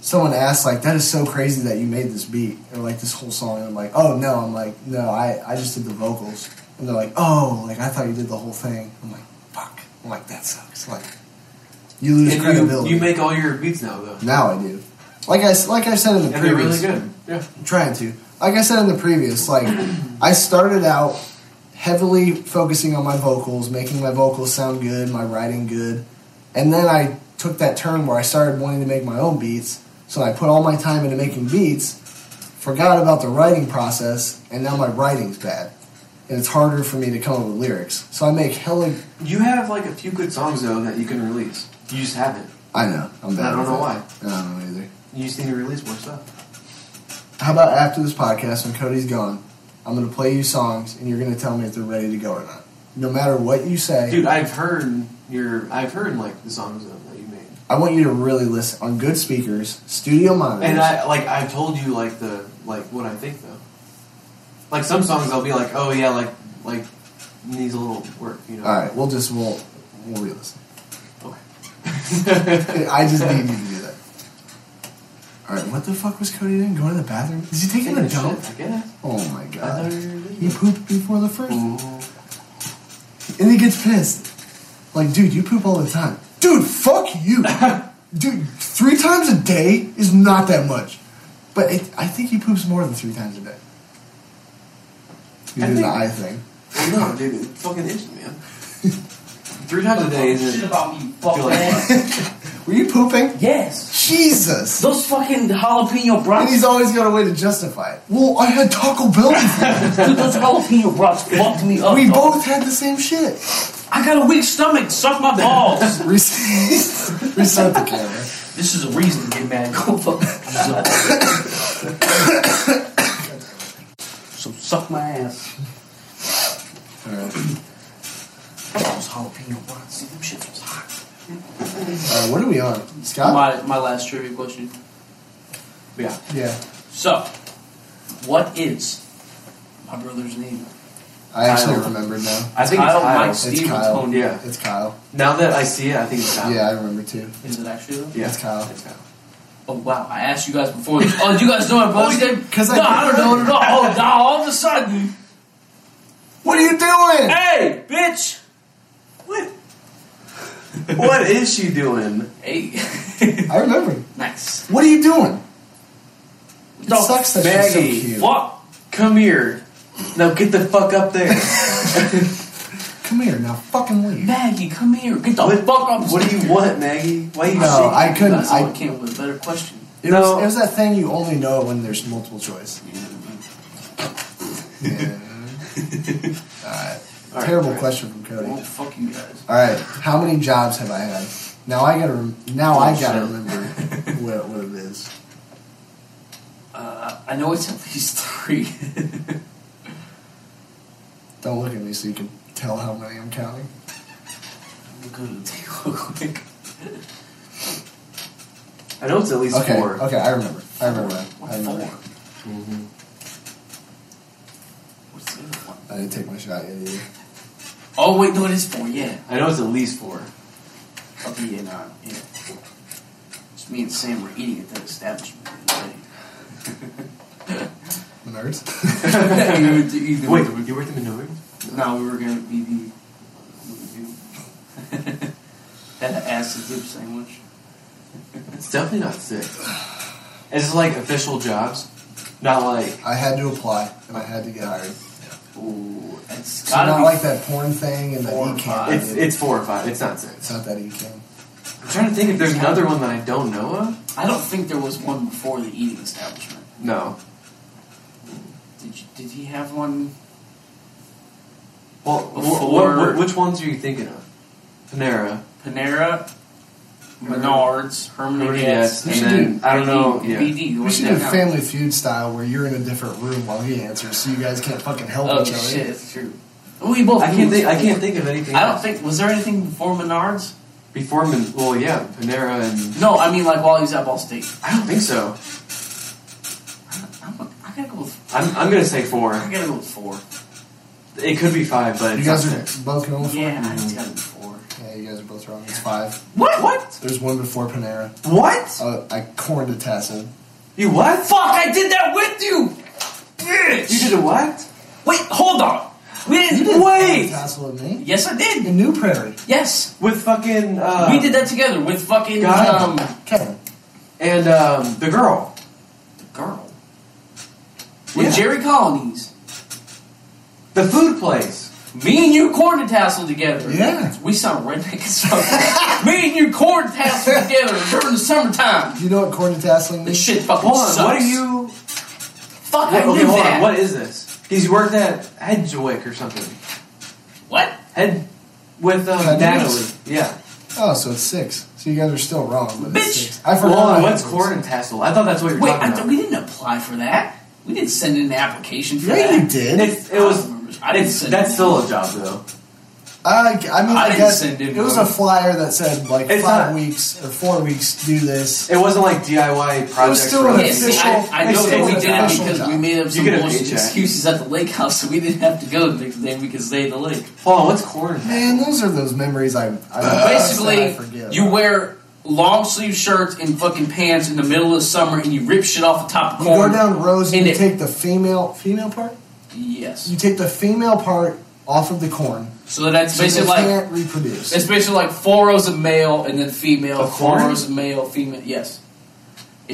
S1: someone asked like, "That is so crazy that you made this beat or like this whole song." And I'm like, "Oh no!" I'm like, "No, I I just did the vocals." And they're like, "Oh, like I thought you did the whole thing." I'm like, "Fuck!" I'm like, "That sucks." Like, you lose
S2: And you,
S1: credibility.
S2: you make all your beats now, though.
S1: now I do. Like I s- like I said in the
S2: And they're really
S1: previous,
S2: good. Yeah.
S1: I'm trying to. Like I said in the previous, like I started out heavily focusing on my vocals, making my vocals sound good, my writing good, and then I took that turn where I started wanting to make my own beats. So I put all my time into making beats, forgot about the writing process, and now my writing's bad, and it's harder for me to come up with lyrics. So I make hella.
S2: You have like a few good songs though that you can release. You just haven't.
S1: I know I'm bad.
S2: I don't
S1: with
S2: know
S1: it.
S2: why.
S1: I don't know either.
S2: You just need to release more stuff.
S1: How about after this podcast, when Cody's gone, I'm going to play you songs and you're going to tell me if they're ready to go or not. No matter what you say,
S2: Dude, I've heard your I've heard like the songs though, that you made.
S1: I want you to really listen on good speakers, studio monitors.
S2: And I like I told you like the like what I think though. Like some songs I'll be like, oh yeah, like like needs a little work, you know.
S1: All right, we'll just we'll we'll re-listen.
S2: Okay.
S1: I just need you to do that. All right, what the fuck was Cody doing? Going to the bathroom? Is he taking a dump?
S2: I guess.
S1: Oh my
S2: I thought
S1: god!
S2: you were leaving.
S1: He pooped before the first, and
S2: Ooh.
S1: he gets pissed. Like, dude, you poop all the time. Dude, fuck you. dude, three times a day is not that much. But it, I think he poops more than three times a day. You
S2: I
S1: do the
S2: think-
S1: eye thing.
S2: No, dude, it fucking is, man. Three times a day
S7: Shit
S2: isn't.
S7: about me,
S2: I
S7: fuck
S2: feel
S7: man.
S2: like-
S1: Were you pooping?
S7: Yes.
S1: Jesus.
S7: Those fucking jalapeno
S1: And he's
S7: brats.
S1: always got a way to justify it. Well, I had Taco Bell. before.
S7: Dude, those jalapeno brats fucked me up.
S1: we
S7: dog.
S1: both had the same shit.
S7: I got a weak stomach. Suck my balls.
S1: Reset reset the camera.
S7: this is a reason to get mad. Go fuck yourself. so suck my ass.
S1: All right.
S7: Those jalapeno brats. See, them shits was hot.
S1: Uh, what are we on, Scott?
S7: My, my last trivia question. Yeah.
S1: yeah,
S7: So, what is my brother's name?
S1: I actually
S2: Kyle.
S1: remember now.
S2: I think it's
S7: Kyle,
S2: Kyle.
S7: Mike, Steve,
S1: It's
S7: and
S1: Kyle.
S7: Tony.
S2: Yeah.
S1: It's Kyle.
S2: Now that I see it, I think it's Kyle.
S1: Yeah, I remember too.
S7: Is it actually though?
S2: Yeah.
S1: It's Kyle.
S2: It's Kyle.
S7: Oh wow! I asked you guys before. this. Oh, you guys know my brother's name?
S1: 'cause I-
S7: no, I don't know it at all. Oh, now all of a sudden,
S1: What are you doing?
S7: hey, bitch!
S2: what is she doing?
S7: Hey,
S1: I remember.
S7: nice.
S1: What are you doing? It
S7: No,
S1: sucks that
S2: Maggie.
S1: she's so cute.
S7: Fuck!
S2: Come here. Now get the fuck up there.
S1: Come here now, fucking leave.
S7: Maggie, come here. Get the fuck up.
S2: What do you want, Maggie? Why you
S1: No,
S2: shaking?
S1: I couldn't.
S7: That's all I
S1: I,
S7: came up with a better question.
S1: it,
S2: No.
S1: was, it was that thing you only know when there's multiple choice. Yeah. All right.
S2: All right,
S1: Terrible
S2: all right.
S1: question from Cody.
S7: Well, fuck you guys.
S1: All right, how many jobs have I had? Now I gotta rem- now Oh, I gotta
S7: Bullshit.
S1: remember what, what it is.
S7: Uh, I know it's at least three.
S1: Don't look at me so you can tell how many I'm counting.
S7: I'm gonna take a quick.
S2: I know it's at least
S1: okay,
S2: four.
S1: okay, I remember. I remember. that. I Mm-hmm.
S7: What
S1: remember.
S7: four? What's the other one?
S1: I didn't take my shot yet either.
S7: Oh wait, no, it is four. Yeah.
S2: I know it's at least four.
S7: I'll be in, uh, yeah. Just me and Sam were eating at that establishment. the other day.
S1: Nerds.
S7: You- you- you-
S2: Wait, you worked in Minogue?
S7: No, we were going to be the. what we do. Had an acid dip sandwich.
S2: It's definitely not sick. It's just like official jobs, not like
S1: I had to apply and I had to get hired.
S7: Ooh, it's
S1: So
S7: gotta
S1: not
S7: be
S1: like that porn thing and that
S7: four or
S1: e
S7: five.
S1: cam.
S2: It's it's four or five. It's not
S1: It's
S2: six.
S1: not that e cam.
S2: I'm trying to think if there's another one that I don't know of.
S7: I don't think there was one before the eating establishment.
S2: No.
S7: Did you, did he have one?
S2: Well, wh- wh-
S7: Before-
S2: wh- which ones are you thinking of? Panera.
S7: Panera, Menards, Herman and
S2: Yes,
S7: Getz,
S2: and
S1: should
S2: then I don't know. Yeah.
S7: BD.
S1: We
S7: what's
S1: should do
S7: that now?
S1: Family Feud style where you're in a different room while he answers, so you guys can't fucking help
S7: Oh
S1: each other.
S7: shit, it's true. We both.
S2: I can't
S7: moved
S2: think. I
S7: before.
S2: can't think of anything.
S7: I don't
S2: else.
S7: think. Was there anything before Menards?
S2: before. Man- Well, yeah, Panera and
S7: No, I mean like while he was at Ball State.
S2: I don't think so.
S7: I'm, I gotta go with.
S2: I'm, I'm gonna say four.
S7: I gotta go with four.
S2: It could be five, but
S1: You
S2: it's
S1: guys
S2: not
S1: are
S2: six.
S1: both going for
S7: Yeah, I
S2: Hmm.
S7: just gotta be four.
S1: Yeah, you guys are both wrong. It's five.
S2: What? What?
S1: There's one before Panera.
S2: What?
S1: Uh, I corned a tassel.
S2: You what?
S7: Fuck! I did that with you,
S2: You
S7: bitch.
S2: did a what?
S7: Wait, hold on. We didn't,
S1: Corn a
S7: wait.
S1: tassel at me.
S7: Yes, I did.
S1: In New Prairie.
S7: Yes,
S2: uh, With fucking uh,
S7: we did that together with fucking
S2: God.
S7: um
S1: Kevin.
S2: and um, the girl.
S7: girl with
S2: Yeah.
S7: Jerry Colonies.
S2: The food place.
S7: Me and you corn tassel together.
S1: Yeah.
S7: We sound redneck as fuck. Me and you corn tassel together during the summertime.
S1: Do you know what corn a tasseling
S7: This
S1: means?
S7: shit fucking
S2: Hold on.
S7: sucks.
S2: What are you?
S7: Fuck,
S2: Wait,
S7: I
S2: okay,
S7: knew
S2: hold
S7: that.
S2: on. What is this? He's worked at Hedgewick or something.
S7: What?
S2: Head with um,
S1: Hedgewick?
S2: Natalie. Yeah.
S1: Oh, so it's six. So you guys are still wrong. But it's
S7: Bitch.
S1: six. I forgot.
S2: Well, hold on,
S1: I
S2: what's
S1: had
S2: corn and tassel? I thought that's what you were
S7: Wait,
S2: talking
S7: I
S2: about.
S7: th- we didn't apply for that. We didn't send in an application for
S1: Yeah,
S7: that.
S1: you did.
S2: It's, it
S7: I
S2: was.
S7: don't remember. I didn't
S2: It's,
S7: send
S2: that's
S7: it.
S2: still a job though.
S1: I, I mean,
S7: I
S1: I,
S7: didn't
S1: guess
S7: send in
S1: it was
S7: one.
S1: a flyer that said like
S2: It's
S1: five
S2: not-
S1: weeks or four weeks. Do this.
S2: It wasn't like DIY projects.
S1: still
S2: or
S1: an
S2: anything.
S7: Yeah, see,
S1: official-
S7: I, I
S2: it's
S7: know that
S2: still
S7: we
S2: an
S7: did it
S1: official
S7: because
S1: job.
S7: we made up some
S2: get a
S7: bullshit
S2: paycheck.
S7: excuses at the lake house, so we didn't have to go the next day. We could stay at the lake.
S2: Hold on, what's corn? and
S1: Man, those are those memories I, I I
S7: Basically,
S1: forget.
S7: you wear long sleeve shirts and fucking pants in the middle of summer, and you rip shit off the top of
S1: You
S7: corn.
S1: go down rows and
S7: and
S1: you
S7: it-
S1: take the female female part.
S7: Yes.
S1: You take the female part off of the corn,
S7: So that's
S1: so they
S7: basically like
S1: can't reproduce.
S7: It's basically like four rows of male and then female,
S2: Of
S7: four
S2: corn?
S7: rows of male, female. Yes, it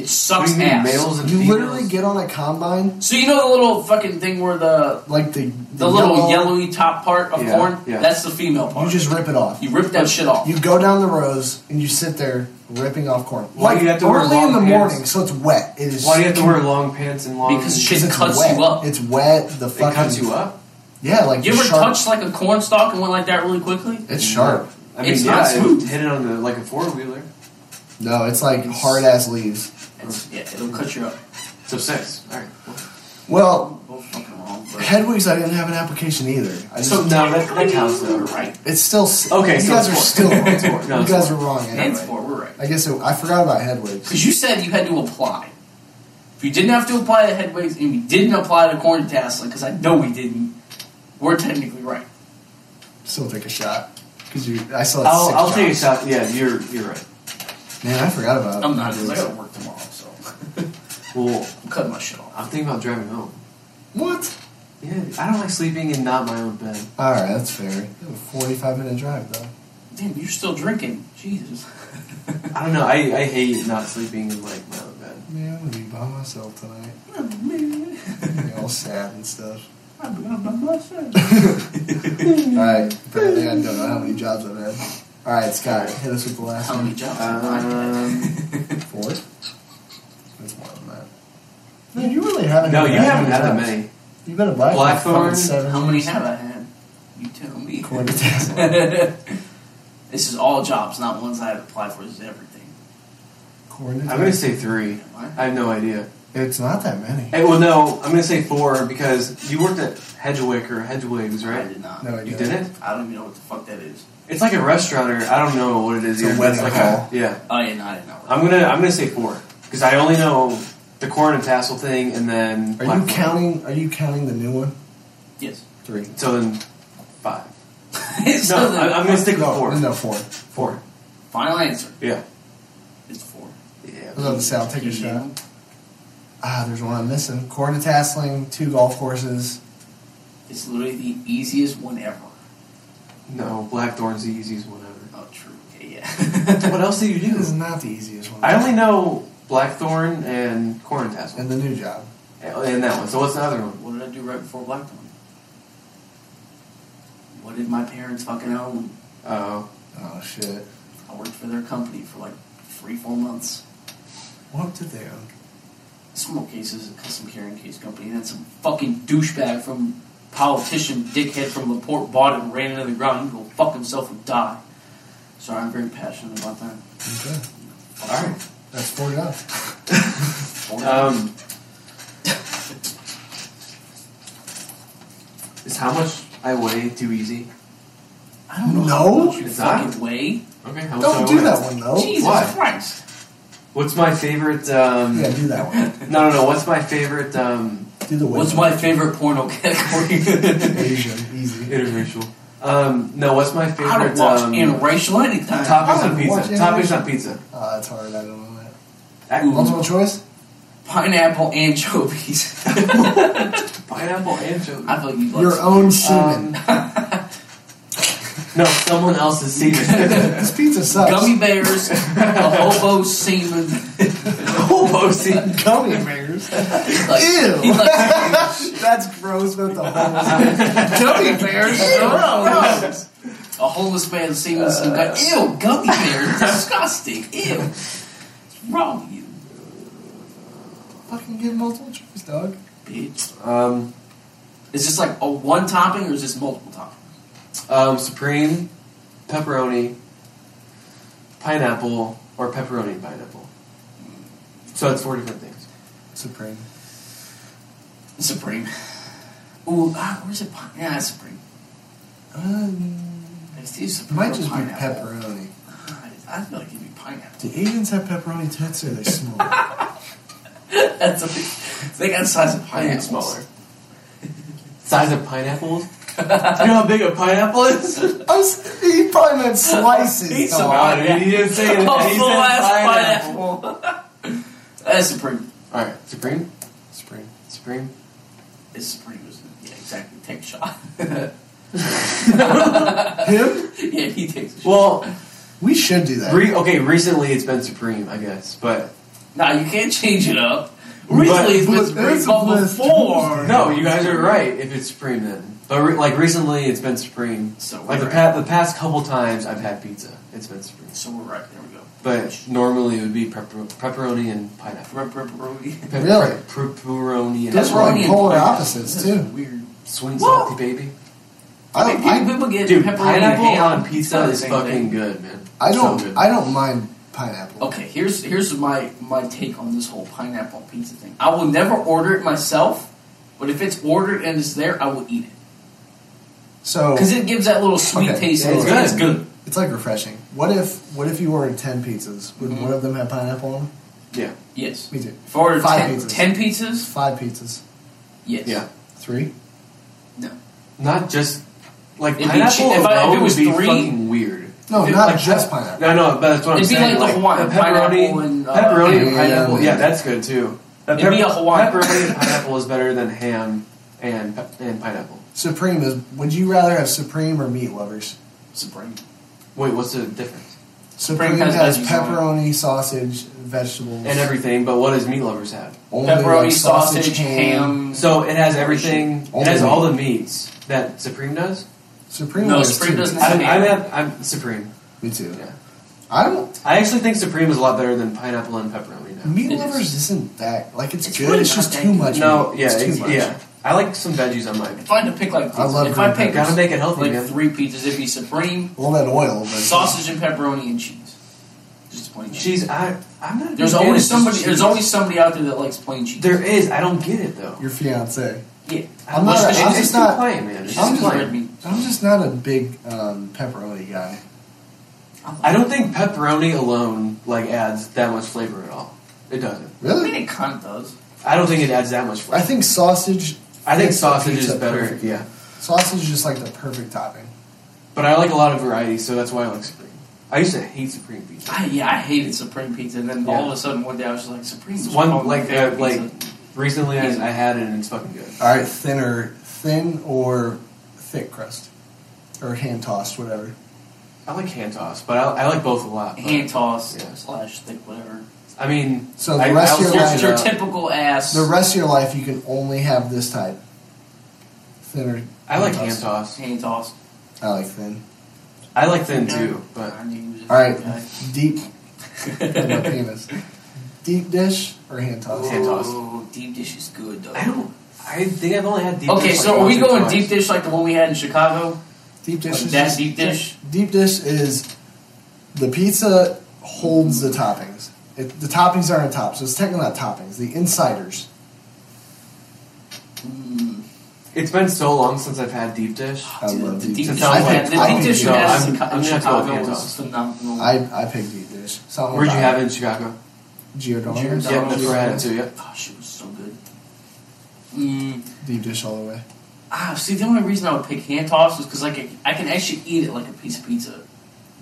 S2: What do
S7: sucks
S2: you mean,
S7: ass.
S2: males and
S1: You
S2: females?
S1: literally get on a combine,
S7: So you know the little fucking thing where the
S1: like the
S7: the little yellowy top part of
S2: Yeah,
S7: corn?
S2: yeah.
S7: That's the female part.
S1: You just rip it off.
S7: You rip that shit off.
S1: You go down the rows and you sit there ripping off corn.
S2: Why do you have to wear
S1: early
S2: long
S1: in the
S2: pants?
S1: morning, so it's wet. It is
S2: Why do you have to wear long pants and long?
S7: Because
S2: it
S7: shit
S1: it's
S7: cuts
S1: wet.
S7: you up.
S1: It's wet. The fucking
S2: cuts you up.
S1: Yeah, like
S7: You
S1: the
S7: ever
S1: sharp.
S7: touch like a corn stalk and went like that really quickly?
S1: It's sharp.
S2: I mean,
S7: It's
S2: yeah,
S7: not
S2: it
S7: smooth.
S2: hit it on the like a four wheeler.
S1: No, it's like hard ass leaves.
S7: It's, yeah, it'll cut you up.
S2: So six. All right. Well,
S1: Well,
S7: Both fucking wrong. But.
S1: Hedwig's I didn't have an application either. I just,
S2: So no, that, that counts though.
S7: We're right.
S1: it's still s-
S2: Okay,
S1: You
S2: so
S1: guys are
S2: it's
S1: still
S2: four.
S1: wrong.
S2: It's four. No,
S1: you
S2: it's
S1: guys are wrong.
S7: And it's
S1: Anyway.
S7: four. We're right.
S1: I guess it, I forgot about Hedwig's.
S7: Because you said you had to apply. If you didn't have to apply to headways and we didn't apply to corn tasseling, because I know we didn't, we're technically right.
S1: Still take a shot because you. I saw.
S2: I'll,
S1: six
S2: I'll take a
S1: shots.
S2: shot. Yeah, you're you're right.
S1: Man, I forgot about.
S7: I'm not because I
S1: Hedwig's.
S7: gotta work tomorrow, so
S2: Well,
S7: I'm cutting my shit off.
S2: I'm thinking about driving home.
S1: What?
S2: Yeah, I don't like sleeping in not my own bed.
S1: All right, that's fair. Forty-five minute drive though.
S7: Damn, you're still drinking. Jesus.
S2: I don't know. I, I hate not sleeping in like my own bed.
S1: Man, I'm gonna be by myself tonight. You're all sad and stuff. All right, apparently I don't know how many jobs I've had. All right, Scott, hit us with the last
S7: How many
S1: one.
S7: jobs?
S2: Um,
S1: Four. That's more than that. Man, you really haven't.
S2: No, you
S1: that
S2: haven't had that
S1: jobs.
S2: many.
S1: You've been a black
S2: Blackthorn,
S1: Seven.
S7: How many have I had? You tell me.
S1: Corn tassel.
S7: this is all jobs, not ones I have applied for. This is everything.
S1: Corn
S2: I'm gonna say three. I have no idea.
S1: It's not that many.
S2: Hey, well, no, I'm gonna say four because you worked at Hedgewick or Hedgewigs,
S7: I
S2: right?
S7: did not.
S1: No, I
S2: You
S1: don't.
S2: didn't.
S7: I don't even know what the fuck that is.
S2: It's like a restaurant, or I don't know what it is.
S1: It's a
S2: either, but It's
S1: wedding
S2: like
S1: hall.
S2: A, yeah,
S7: Oh yeah, no, I did not.
S2: I'm gonna I'm gonna say four because I only know the corn and tassel thing, and then
S1: Are you
S2: platform.
S1: counting? Are you counting the new one?
S7: Yes.
S1: Three.
S2: So then five.
S7: So
S2: No,
S7: the
S2: I, I'm gonna stick with
S1: no,
S2: four.
S1: No, four. I
S2: Four.
S7: final answer
S2: Yeah.
S7: is four.
S1: was
S2: Yeah.
S1: on the south. Take a shot. Ah, there's one I'm missing. Corn to tasseling, two golf courses.
S7: It's literally the easiest one ever.
S2: No, Blackthorn's the easiest one ever.
S7: Oh, true. Okay, yeah.
S2: What else do you
S1: It is
S2: do?
S1: not the easiest one.
S2: I only know Blackthorn and corn and tassel,
S1: And the new job.
S2: and that one. So what's the other one?
S7: what did I do right before Blackthorn? what did my parents fucking own?
S2: Oh.
S6: Oh shit!
S7: I worked for their company for like three, four months.
S6: What did they own?
S7: Smoke Case is a custom carrying case company, and some fucking douchebag from politician dickhead from Laporte bought it and ran into the ground. He will fuck himself and die. Sorry, I'm very passionate about that.
S6: Okay,
S7: All right.
S6: that's four enough.
S2: Um, is how much I weigh too easy?
S7: I don't know how
S6: No,
S7: much you
S2: it's not.
S7: fucking weigh.
S2: Okay, how much
S6: Don't
S2: I
S6: do
S2: weigh?
S6: that one though.
S7: Jesus
S2: Why?
S7: Christ.
S2: What's my favorite? Um,
S6: Yeah, do that one.
S2: No, no, no. What's my favorite um,
S6: Do the
S7: What's
S6: women.
S7: my favorite porno category?
S6: Asian easy?
S2: interracial? Um, no, what's my favorite?
S7: I don't watch
S2: um,
S7: interracial anything.
S2: toppings
S6: I
S2: on
S6: don't
S2: pizza.
S6: watch
S2: Toppings
S6: interracial.
S2: on pizza.
S6: Uh, it's hard. I don't know that.
S2: Ooh,
S6: Multiple choice.
S7: Pineapple anchovies.
S2: pineapple anchovy.
S7: I thought you
S6: Your own semen.
S2: Um, no, someone else's semen.
S6: this pizza sucks.
S7: gummy bears, a hobo semen.
S2: Hobo semen.
S6: gummy bears.
S7: Like,
S6: Ew.
S7: He likes
S6: That's gross. But the whole
S7: gummy bears. Gross. A homeless man semen. Some
S2: Uh.
S7: guy. Ew, gummy bears. Disgusting. Ew. What's wrong with you,
S6: fucking give multiple choice, dog.
S7: bitch?
S2: Um,
S7: Is this like a one topping or is this multiple toppings?
S2: um, supreme, pepperoni, pineapple, or pepperoni and pineapple. So it's four different things.
S6: Supreme.
S7: Supreme. Ooh, ah, where's it? Pine- yeah, it's Supreme.
S6: Um,
S7: It's either
S6: it
S7: Supreme
S6: might
S7: or
S6: just be
S7: pineapple.
S6: pepperoni.
S7: Ah, I feel like it'd be pineapple.
S6: Do Asians have pepperoni tits or are they small?
S7: That's a, they got the size of
S2: I think
S7: pineapple.
S2: it's smaller. Size of pineapples. you know how big a pineapple is?
S6: I'm, s- he probably meant slices. Oh,
S7: He's
S6: dog.
S7: about-
S2: God, he didn't say that.
S7: Oh,
S2: He
S7: full
S2: said
S7: ass
S2: pineapple.
S7: That's Supreme.
S2: All right, supreme, supreme, supreme.
S7: It's Supreme, isn't it? Yeah, exactly. Take a shot.
S6: Him?
S7: yeah, he takes a shot.
S2: Well,
S6: We should do that.
S2: re- okay. Recently, it's been supreme, I guess, but
S7: Nah, you can't change it up. Recently,
S6: but
S7: it's been
S6: that's
S7: Supreme, but
S6: what-
S7: before.
S2: no, you guys are right. If it's supreme, then but re- like recently, it's been supreme.
S7: So
S2: Like
S7: we're
S2: the
S7: right.
S2: pa- the past couple times I've had pizza, it's been supreme.
S7: So we're right. There we go.
S2: But normally it would be pepper- pepperoni and pineapple.
S7: Rep- rep- rep- rep-
S2: Pe-
S6: Really?
S2: pe- Pepperoni and
S6: Those were like
S7: Pepperoni and
S6: polar
S7: pineapple.
S6: opposites,
S7: That's
S6: too.
S7: Weird.
S2: swing
S7: Whoa.
S2: salty baby.
S6: I,
S7: mean, people,
S6: I,
S7: people get
S2: Dude,
S7: pepperoni
S2: pineapple
S7: and ham.
S2: on pizza
S7: It's
S2: is
S7: not the same
S2: fucking
S7: thing.
S2: good, man.
S6: I
S2: So good.
S6: don't. I don't mind pineapple.
S7: Okay, here's here's my my take on this whole pineapple pizza thing. I will never order it myself, but if it's ordered and it's there, I will eat it
S6: So
S7: because it gives that little sweet
S6: Okay,
S7: taste.
S6: yeah,
S7: and
S6: it's
S7: it's
S2: good.
S7: good.
S6: it's like refreshing. What if? What if you ordered ten pizzas? Would one of them have pineapple on them?
S2: Yeah,
S7: Yes.
S6: Me too.
S7: If I ordered
S6: Five
S7: ten,
S6: pizzas.
S7: ten pizzas,
S6: Five pizzas.
S7: yes.
S2: yeah.
S6: Three.
S7: No.
S2: Not just like
S7: It'd be
S2: pineapple
S7: chi- if I- if
S2: alone
S7: it was
S2: would be
S7: three-
S2: fucking weird.
S6: No,
S2: If it-
S6: not
S2: like,
S6: just
S2: pe-
S6: pineapple.
S2: No, no, but that's what I'm
S7: It'd be
S2: saying.
S7: like the Hawaiian, pineapple
S2: pepperoni,
S7: and, uh,
S2: pepperoni and
S6: ham.
S2: pineapple. Yeah, that's good too. Uh,
S7: It'd be
S2: pepper-
S7: a Hawaiian.
S2: Pepperoni and pineapple is better than ham and pe- and pineapple.
S6: Supreme is. Would you rather have supreme or meat lovers?
S7: Supreme.
S2: Wait, what's the difference?
S6: Supreme,
S7: has
S6: has,
S7: veggies
S6: pepperoni, sausage, vegetables,
S2: And everything, but what does meat lovers have?
S6: Only, like,
S7: Pepperoni, sausage, ham.
S2: So it has everything. It has
S6: Only
S2: all the meats that Supreme does.
S6: Supreme.
S7: No,
S6: wears
S7: Supreme
S6: two.
S7: doesn't
S2: I'm, I'm,
S7: Ham.
S2: at, I'm Supreme.
S6: Me too.
S2: Yeah,
S6: I don't.
S2: I actually think Supreme is a lot better than pineapple and pepperoni now.
S6: Meat
S7: It is.
S6: lovers is. not that like it's,
S7: It's
S6: good.
S7: really
S6: It's
S7: not
S6: just
S7: that
S6: too
S7: good.
S6: much.
S2: No,
S6: meat.
S2: yeah,
S6: It's too
S2: it's,
S6: much.
S2: yeah. I like some veggies on mine.
S7: If I had to pick like,
S6: I love
S7: if I
S6: green
S7: pick
S2: Gotta make it healthy,
S7: like
S2: man.
S7: three pizzas, it'd be supreme,
S6: Well, that oil, but
S7: sausage and pepperoni and cheese. Just plain cheese.
S2: Jeez, I I'm not. a
S7: There's
S2: big fan
S7: always
S2: of
S7: somebody.
S2: cheese.
S7: There's always somebody out there that likes plain cheese.
S2: there is. I don't get it though.
S6: your fiance.
S7: yeah.
S6: I'm
S7: Well,
S6: not.
S7: it's-
S6: I'm
S2: it's
S6: just
S2: too
S6: not.
S2: plain, man. It's
S7: It's
S2: just
S7: just
S2: plain.
S7: red meat.
S6: I'm just not a big um, pepperoni guy.
S2: I don't think pepperoni alone like adds that much flavor at all. It doesn't.
S7: I mean,
S6: Really,
S7: it kind of does.
S2: I don't think it adds that much flavor.
S6: I think sausage.
S2: I think
S6: fits the
S2: sausage is
S6: pizza
S2: better.
S6: perfect.
S2: Yeah,
S6: Sausage is just like the perfect topping.
S2: but I like a lot of variety, so that's why I like supreme. I used to hate supreme pizza.
S7: I, yeah, I hated supreme pizza, and then
S2: Yeah.
S7: all of a sudden one day I was just like, supreme. is
S2: One
S7: probably my
S2: like uh,
S7: favorite
S2: like
S7: pizza.
S2: recently I, I had it and it's fucking good.
S6: All right, thinner, thin or thick crust, or hand tossed, whatever.
S2: I like hand toss, but I, I like both a lot. but-
S7: hand toss
S2: Yeah.
S7: slash thick whatever.
S2: I mean,
S6: So the
S2: I-
S6: rest
S2: I
S6: of your
S2: was
S6: life-
S7: Just
S2: searching
S7: your
S2: up-
S7: typical ass.
S6: The rest of your life, you can only have this type. Thinner.
S2: I like
S6: hand-tossed.
S2: hand toss.
S7: hand toss.
S1: I like thin.
S2: I like thin too, but
S7: I knew he was a
S1: All right,
S7: guy.
S1: deep. my penis. Deep dish or hand toss?
S2: Hand toss.
S7: Oh, deep dish is good though.
S2: I don't. I think I've only had deep.
S7: Okay,
S2: dish,
S7: so
S2: like,
S7: are we
S2: once or
S7: going
S2: twice.
S7: deep dish like the one we had in Chicago?
S1: Deep dish.
S7: Like
S1: is
S7: that
S1: just-
S7: deep dish?
S1: Deep dish is the pizza holds the toppings. It, the toppings are on top, so it's technically not toppings. The insiders.
S7: Mm.
S2: It's been so long since I've had deep dish.
S1: I love
S7: the
S1: deep
S7: deep
S1: dish.
S7: dish,
S2: I
S7: we had-
S1: think-
S7: the
S1: I
S7: deep
S1: think
S7: dish we
S1: so.
S7: had
S2: I'm-
S7: in Chica-
S2: I'm gonna go
S7: in
S2: with hand
S7: Chicago was
S2: toss.
S7: phenomenal.
S1: I, I picked deep dish.
S6: Oh,
S1: Something
S2: Where'd you
S1: about
S2: have it in Chicago?
S1: Giordano's.
S7: Giordano's.
S2: Yeah, that's where I had it too. Yep.
S7: Oh, she was so good. Mm.
S1: Deep dish all the way.
S7: Ah, see, the only reason I would pick hand toss is because like I, I can actually eat it like a piece of pizza.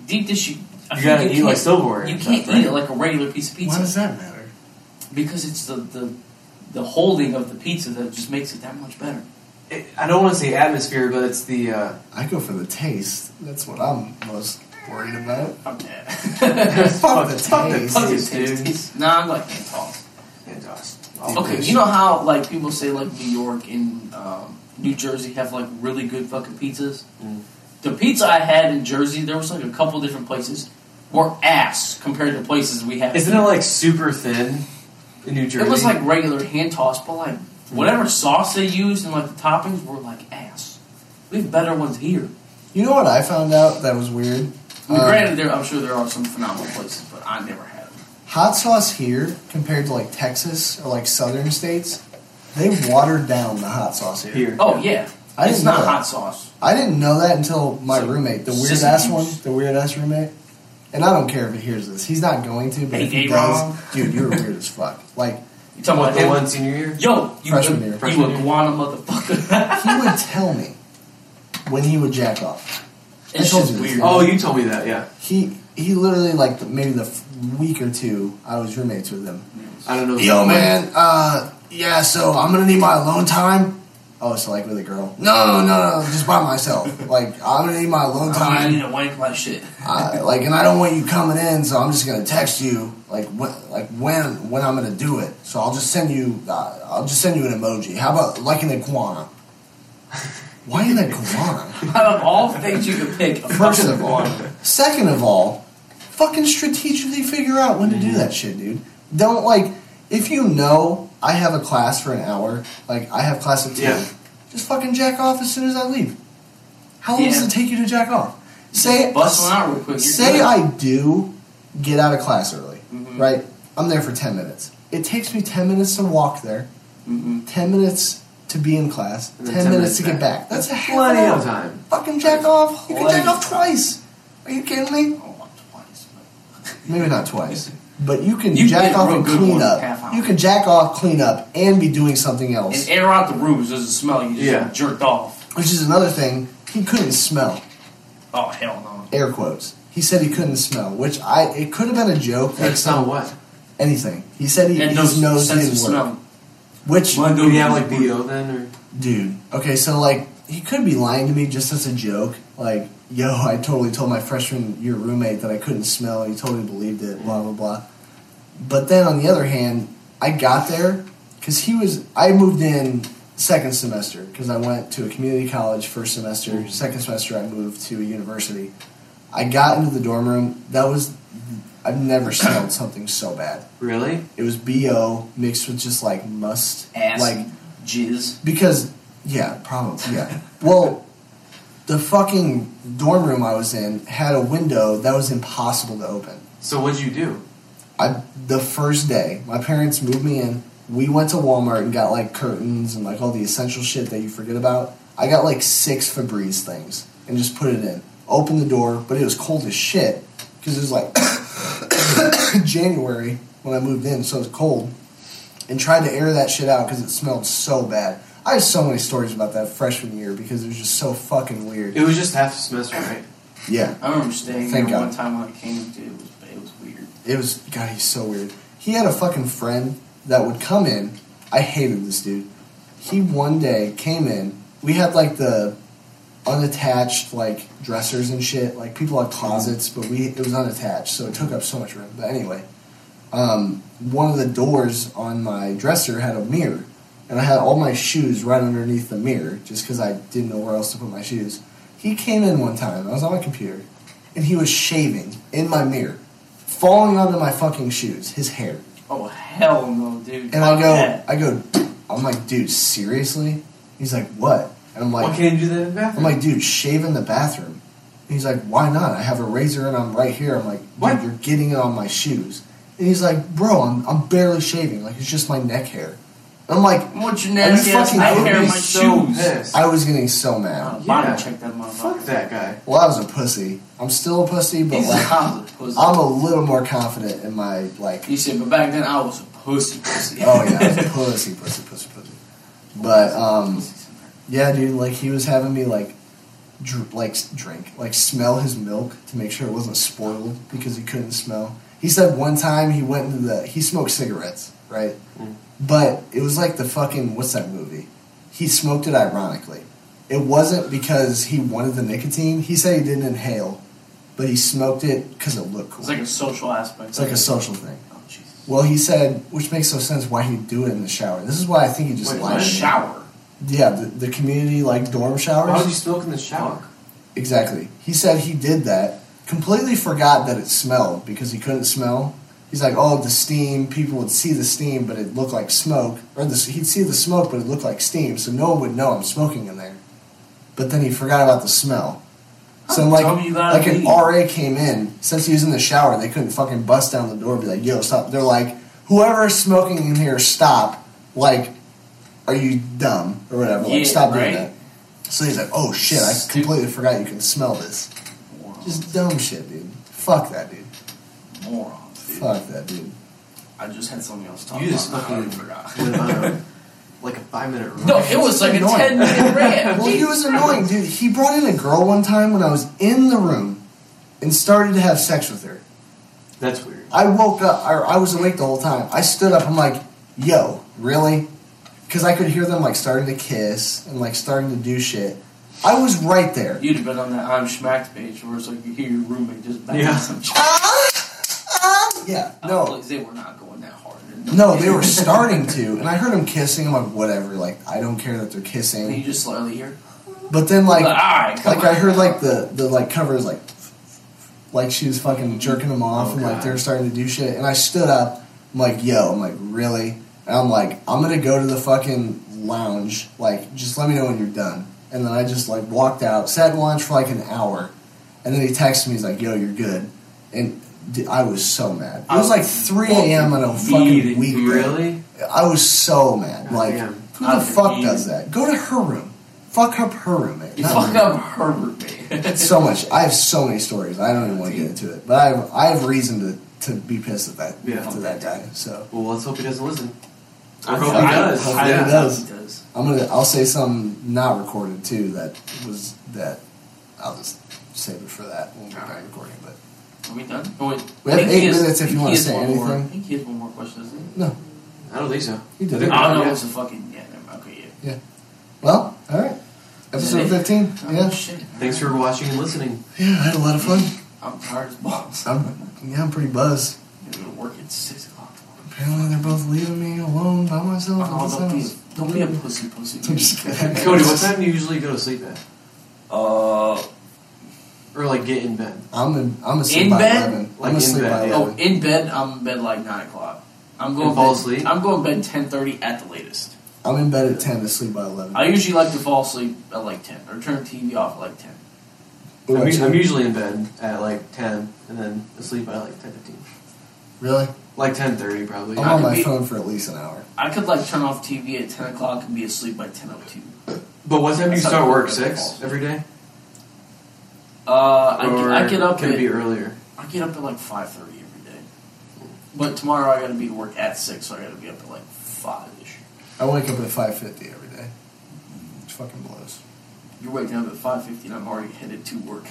S7: Deep dish, you, I
S2: You
S7: feel
S2: gotta eat
S7: can't-
S2: like silverware.
S7: You
S2: and
S7: can't
S2: stuff, right?
S7: eat it like a regular piece of
S1: Why
S7: pizza
S1: does that matter?
S7: because it's the, the the holding of the pizza that just makes it that much better.
S2: It, I don't want to say atmosphere, but it's the. Uh,
S1: I go for the taste. That's what I'm most worried about.
S7: Fuck that.
S1: Fuck the
S2: fuck the
S1: taste.
S7: Fuck
S2: taste,
S7: it,
S2: dude.
S7: taste. Nah, I'm like hand toss.
S2: Hand toss.
S7: Okay, you know how like people say like New York and um, New Jersey have like really good fucking pizzas.
S2: Mm.
S7: The pizza I had in Jersey, there was like a couple different places, were ass compared to places we had.
S2: Isn't it like super thin in New Jersey? Mm.
S7: It was like regular hand toss, but like whatever sauce they used and like the toppings were like ass. We have better ones here.
S1: You know what I found out that was weird?
S7: I
S2: Uh,
S7: mean,
S1: Um,
S7: granted, there I'm sure there are some phenomenal places, but I never had them.
S1: Hot sauce here compared to like Texas or like southern states, they watered down the hot sauce here.
S2: here.
S7: Oh yeah,
S1: I
S7: it's
S1: didn't know
S7: not
S1: that.
S7: hot sauce.
S1: I didn't know that until my
S7: So,
S1: roommate, the weird
S7: sissy
S1: ass
S7: juice.
S1: one, the weird ass roommate. And I don't care if he hears this. He's not going to, but
S7: Hey,
S1: if he
S7: gay
S1: does,
S7: wrong.
S1: dude, you're weird as fuck. Like
S7: You talking
S2: What,
S7: about
S2: the
S7: that
S2: one senior year?
S7: Yo, you
S1: Freshman
S7: you,
S1: year.
S2: Freshman year.
S7: iguana motherfucker.
S1: he would tell me when he would jack off.
S7: it's
S1: told
S7: just
S1: you this.
S7: weird.
S2: Oh, you told me that. Yeah.
S1: He he literally like maybe the f- week or two I was roommates with him.
S2: I don't know.
S1: Yo, man. Uh, yeah. So I'm gonna need my alone time. Oh, so like with a girl? No, no, no. Just by myself. like I'm gonna need my alone
S7: I need
S1: time.
S7: to wank like shit.
S1: I, like, and I don't want you coming in, so I'm just gonna text you. Like when, like when, when I'm gonna do it. So I'll just send you. Uh, I'll just send you an emoji. How about like an iguana? Why an iguana?
S7: Out of all things you could pick, a
S1: First
S7: fucking
S1: of all,
S7: iguana.
S1: second of all, fucking strategically figure out when to do that shit, dude. Don't like if you know I have a class for an hour. Like I have class at ten.
S2: Yeah.
S1: Just fucking jack off as soon as I leave. How long does
S7: Yeah.
S1: it take you to jack off? Say
S7: bust one out real quick. You're
S1: Say
S7: good.
S1: I do get out of class early,
S2: Mm-hmm.
S7: Mhm.
S1: right? I'm there for 10 minutes. It takes me 10 minutes to walk there,
S7: Mhm.
S1: 10 minutes to be in class,
S2: Mm-hmm. And
S1: 10,
S2: then
S1: minutes,
S2: 10 minutes
S1: to get
S2: back.
S1: back. That's a half an
S2: Plenty
S1: hour.
S2: of time.
S1: Fucking jack off. You can jack
S7: Plenty.
S1: off twice. Are you kidding me?
S7: Oh, once, twice,
S1: Maybe not twice. But you can
S7: You
S1: jack
S7: get
S1: off
S7: real
S1: and
S7: good
S1: clean
S7: ones
S1: up.
S7: half hour.
S1: You can jack off, clean up, and be doing something
S7: but-
S1: else.
S7: And air out the rooms doesn't smell. You just
S2: Yeah.
S7: jerked off.
S1: Which is another thing. He couldn't smell.
S7: Oh hell no.
S1: Air quotes. He said he couldn't smell, which I it could have been a joke.
S2: That's not what.
S1: anything. He said he,
S7: And no
S1: his nose
S7: sense
S1: didn't
S7: of
S1: work.
S7: smell.
S1: Which
S7: Mine
S2: Do you have like bo then, or
S1: dude? Okay, so like he could be lying to me just as a joke. Like, yo, I totally told my freshman year roommate that I couldn't smell, and he totally believed it. Blah blah blah. But then on the other hand, I got there because he was. I moved in second semester because I went to a community college first semester. Second semester, I moved to a university. I got into the dorm room. That was. I've never smelled something so bad.
S2: really?
S1: It was bo mixed with just like must,
S7: Ass
S1: like
S7: and jizz.
S1: because yeah, probably yeah. well, the fucking dorm room I was in had a window that was impossible to open.
S2: So what'd you do?
S1: I the first day my parents moved me in. We went to Walmart and got like curtains and like all the essential shit that you forget about. I got like six Febreze things and just put it in. Opened the door, but it was cold as shit because it was like January when I moved in, so it was cold. And tried to air that shit out because it smelled so bad. I have so many stories about that freshman year because it was just so fucking weird.
S2: It was just half a semester, right?
S1: Yeah.
S7: I remember staying
S1: Thank
S7: there
S1: God.
S7: one time when I came. Dude, it was it was weird.
S1: It was God. He's so weird. He had a fucking friend that would come in. I hated this dude. He one day came in. We had like the unattached like dressers and shit. Like people had closets, but we it was unattached, so it took up so much room. But anyway, um, one of the doors on my dresser had a mirror, and I had all my shoes right underneath the mirror, just because I didn't know where else to put my shoes. He came in one time. I was on my computer, and he was shaving in my mirror, falling onto my fucking shoes. His hair.
S7: Oh hell no, dude.
S1: And I
S7: Fuck
S1: go,
S7: that.
S1: I go. "Dude." I'm like, dude, seriously? He's like, what? And I'm
S2: Why
S1: like,
S2: can't you do that in the bathroom?
S1: I'm like, dude, shave in the bathroom. And he's like, why not? I have a razor and I'm right here. I'm like, dude,
S2: What?
S1: you're getting it on my shoes. And he's like, bro, I'm, I'm barely shaving. Like, it's just my neck hair. And I'm like,
S7: I want your
S1: Are you
S7: nasty ass
S1: fucking
S7: I
S1: kidding
S7: hair
S1: me?
S7: in my
S2: so
S7: shoes.
S2: pissed.
S1: I was getting so mad.
S7: Body
S2: Yeah.
S7: check that motherfucker.
S2: Fuck that guy.
S1: Well, I was a pussy. I'm still a pussy, but
S7: He's a
S1: like,
S7: college pussy.
S1: I'm a little more confident in my, like,
S7: You said, but back then I was a pussy pussy.
S1: oh yeah, I was pussy, pussy, pussy, pussy. But, um, yeah, dude, like, he was having me, like, dr- like s- drink, like smell his milk to make sure it wasn't spoiled because he couldn't smell. He said one time he went into the he smoked cigarettes, right?
S2: Mm.
S1: But it was like the fucking what's that movie? He smoked it ironically. It wasn't because he wanted the nicotine. He said he didn't inhale, but he smoked it because it looked cool.
S7: It's like a social aspect.
S1: it's like a social thing.
S7: Oh Jesus.
S1: Well, he said, which makes no sense why he'd do it in the shower. This is why I think he just
S2: Wait,
S1: lied.
S7: A
S2: what?
S1: to me.
S7: shower.
S1: Yeah, the, the community like dorm showers.
S2: Why would you smoke in the shower?
S1: Exactly. He said he did that, completely forgot that it smelled because he couldn't smell. He's like, oh, the steam. People would see the steam, but it looked like smoke. Or the, he'd see the smoke, but it looked like steam, so no one would know I'm smoking in there. But then he forgot about the smell. So
S7: How
S1: like,
S7: dumb you gotta
S1: like an
S7: be.
S1: RA came in since he was in the shower. They couldn't fucking bust down the door and be like, yo, stop. They're like, whoever's smoking in here, stop. Like, are you dumb or whatever? Like,
S7: Yeah,
S1: stop doing
S7: right?
S1: that. So he's like, oh shit, I
S7: Stupid.
S1: completely forgot you can smell this. Just dumb shit, dude. Fuck that, dude.
S7: Morons, dude.
S1: Fuck that, dude.
S7: I just had something else to talk
S2: You just
S7: about. I
S2: fucking
S7: already forgot.
S2: went on a, like a five minute run.
S7: No, it was like a
S1: Annoying.
S7: ten minute rant.
S1: Well, he was annoying, dude. He brought in a girl one time when I was in the room and started to have sex with her.
S2: That's weird.
S1: I woke up, or I was awake the whole time. I stood up, I'm like, yo, really? Because I could hear them, like, starting to kiss and, like, starting to do shit. I was right there.
S7: You'd have been on that I'm smacked page where it's like you hear your roommate just banging
S2: Yeah.
S7: some shit.
S1: Yeah,
S7: Oh,
S1: no.
S7: like, they were not going that hard.
S1: No, they were starting to, and I heard them kissing. I'm like, whatever. Like, I don't care that they're
S7: And you
S1: kissing.
S7: just slowly hear.
S1: But then, like,
S7: Like, all right, come
S1: like I
S7: on.
S1: heard like the the like covers like like she was fucking jerking them off and like they were starting to do shit and I stood up I'm like yo I'm like really and I'm like I'm gonna go to the fucking lounge like just let me know when you're done and then I just like walked out sat in lunch for like an hour and then he texted me he's like yo you're good and d- I was so mad it was like 3 a.m. on a fucking
S2: Eating.
S1: weekday
S2: Really?
S1: I was so mad like
S2: Goddamn.
S1: who
S7: I
S1: the
S7: was
S1: fuck
S7: eating.
S1: does that go to her room fuck up her roommate
S7: You
S1: not
S7: fuck
S1: me
S7: up her roommate.
S1: so much. I have so many stories. I don't even want to get into it, but I have, I have reason to, to be pissed at that
S2: Yeah.
S1: to that guy. So
S2: Well, let's hope he doesn't listen.
S7: I
S2: hope
S7: doubt-
S2: he does.
S7: I
S1: Hopefully he
S7: doubt
S1: does.
S7: He does.
S1: I'm gonna I'll say something not recorded too that was that I'll just save it for that when we're done recording. But
S7: Are we done? No, wait.
S1: We have
S7: I think he
S1: eight
S7: has-
S1: minutes if
S7: I think
S1: you
S7: he
S1: wanna
S7: has
S1: say
S7: one more-
S1: anything.
S7: I think he has one more question, doesn't he?
S1: no,
S2: I don't think so.
S1: you did
S2: I
S1: it.
S2: think-
S7: I don't
S2: yeah.
S7: know. It's a fucking yeah. Never mind. Okay, yeah.
S1: Well, all right. Episode
S7: Is it?
S1: 15.
S7: Oh,
S1: Yeah,
S7: shit.
S2: Thanks for watching and listening.
S1: yeah. I had a lot of fun.
S7: I'm tired as balls.
S1: I'm yeah, I'm pretty buzzed.
S7: I'm gonna work at six o'clock. tomorrow.
S1: Apparently, they're both leaving me alone by myself.
S7: Oh,
S1: at
S7: don't be,
S1: this house.
S7: don't be a pussy, pussy.
S1: I'm just kidding.
S2: Cody, what time do you usually go to sleep at?
S7: Uh,
S2: Or like get in bed?
S1: I'm in. I'm asleep
S7: In
S1: by
S7: bed?
S1: eleven.
S2: Like
S1: I'm
S2: in
S1: asleep
S2: bed,
S1: by
S2: yeah.
S1: eleven.
S7: oh, in bed. I'm in bed like nine o'clock. I'm going
S2: And fall
S7: bed-
S2: asleep?
S7: I'm going to bed ten thirty at the latest.
S1: I'm in bed at ten, asleep by eleven.
S7: I usually like to fall asleep at like ten or turn TV off at like ten.
S1: What
S2: I'm,
S1: about
S2: usu-
S1: you?
S2: I'm usually in bed at like 10 and then asleep by like 10.15.
S1: really?
S2: Like 10.30 probably.
S1: I'm
S6: Oh.
S7: I
S1: on
S7: could
S1: my
S7: be-
S1: phone for at least an hour.
S7: I could like turn off TV at ten o'clock and be asleep by ten o two.
S2: But what time do you
S7: That's how
S2: start
S7: I
S2: work?
S7: work.
S2: 6 every day?
S7: Uh, I, get-
S2: or
S7: I get up
S2: Can
S7: at
S2: it be earlier?
S7: I get up at like five thirty every day. But tomorrow I got to be to work at six, so I got to be up at like five ish.
S1: I wake up at five fifty every day. It fucking blows.
S7: You're waking up at five fifty, and I'm already headed to work.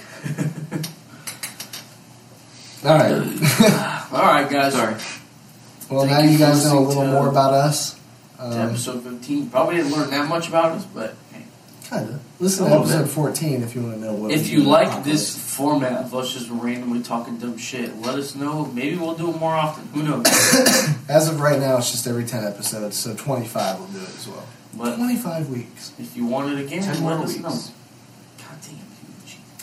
S1: All right.
S7: All right, guys.
S2: Sorry.
S1: well,
S7: Thank
S1: now
S7: you
S1: you
S7: for
S1: guys know a
S7: listening
S1: little
S7: to-
S1: more about us.
S7: To
S1: Um,
S7: episode fifteen. Probably didn't learn that much about us, but hey.
S1: kind of. Listen
S2: A
S1: to
S2: little
S1: episode
S2: bit.
S1: fourteen if you want to know what.
S7: if
S1: we
S7: you
S1: do in
S7: like
S1: Apocalypse.
S7: this format of us just randomly talking dumb shit, let us know. Maybe we'll do it more often. Who knows?
S1: as of right now, it's just every ten episodes, so twenty-five will do it as well.
S7: But
S1: Twenty-five weeks.
S7: if you want it again,
S2: 10
S7: let
S2: more
S7: us
S2: weeks.
S7: know. God damn, dude.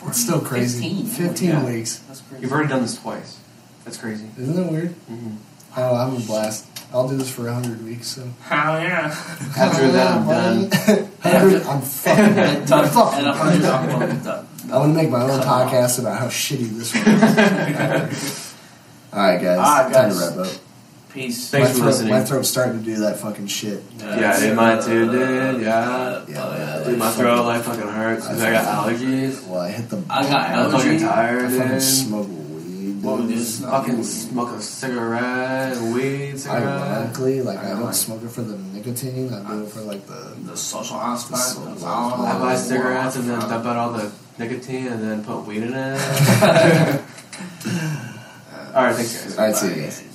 S1: It's still crazy.
S7: 15.
S1: 15,
S2: Yeah.
S1: weeks.
S7: That's crazy.
S2: You've already done this twice. That's crazy.
S1: Isn't that weird?
S7: Mm-hmm.
S2: Mhm.
S1: Oh, I'm a blast. I'll do this for 100 weeks, so.
S7: Hell yeah.
S2: After that, I'm done.
S1: 100, I'm fucking
S7: And done.
S1: I'm
S7: And
S1: fucking
S7: I'm
S1: done.
S7: fucking done.
S1: I want to make my own
S7: Cut 'em off.
S1: podcast about how shitty this one is. All right, guys.
S7: All right,
S1: Time to
S7: guys.
S1: wrap up.
S7: Peace.
S2: Thanks
S1: my
S2: for
S1: throat,
S2: listening.
S1: My throat's starting to do that fucking shit.
S7: Uh,
S2: Yeah, dude, mine too, dude. Yeah.
S1: Yeah,
S7: oh,
S1: yeah,
S2: Dude, my
S1: like,
S2: throat like fucking hurts because I got allergies.
S1: Well, I hit the.
S7: I got
S2: I'm fucking
S7: allergies.
S2: tired,
S1: I fucking
S2: dude.
S1: smoke weed.
S7: What would
S1: dude.
S7: this-
S2: Fucking smoke a cigarette, weed, cigarette.
S1: Ironically, like I
S2: I
S1: don't
S2: like-
S1: smoke it for the nicotine. I do it for like the.
S7: The social aspect.
S1: Social
S7: of all
S1: aspect.
S7: that.
S2: I buy cigarettes and then dump out all the nicotine and then put weed in it. Alright, thanks guys.
S1: All right, see you guys.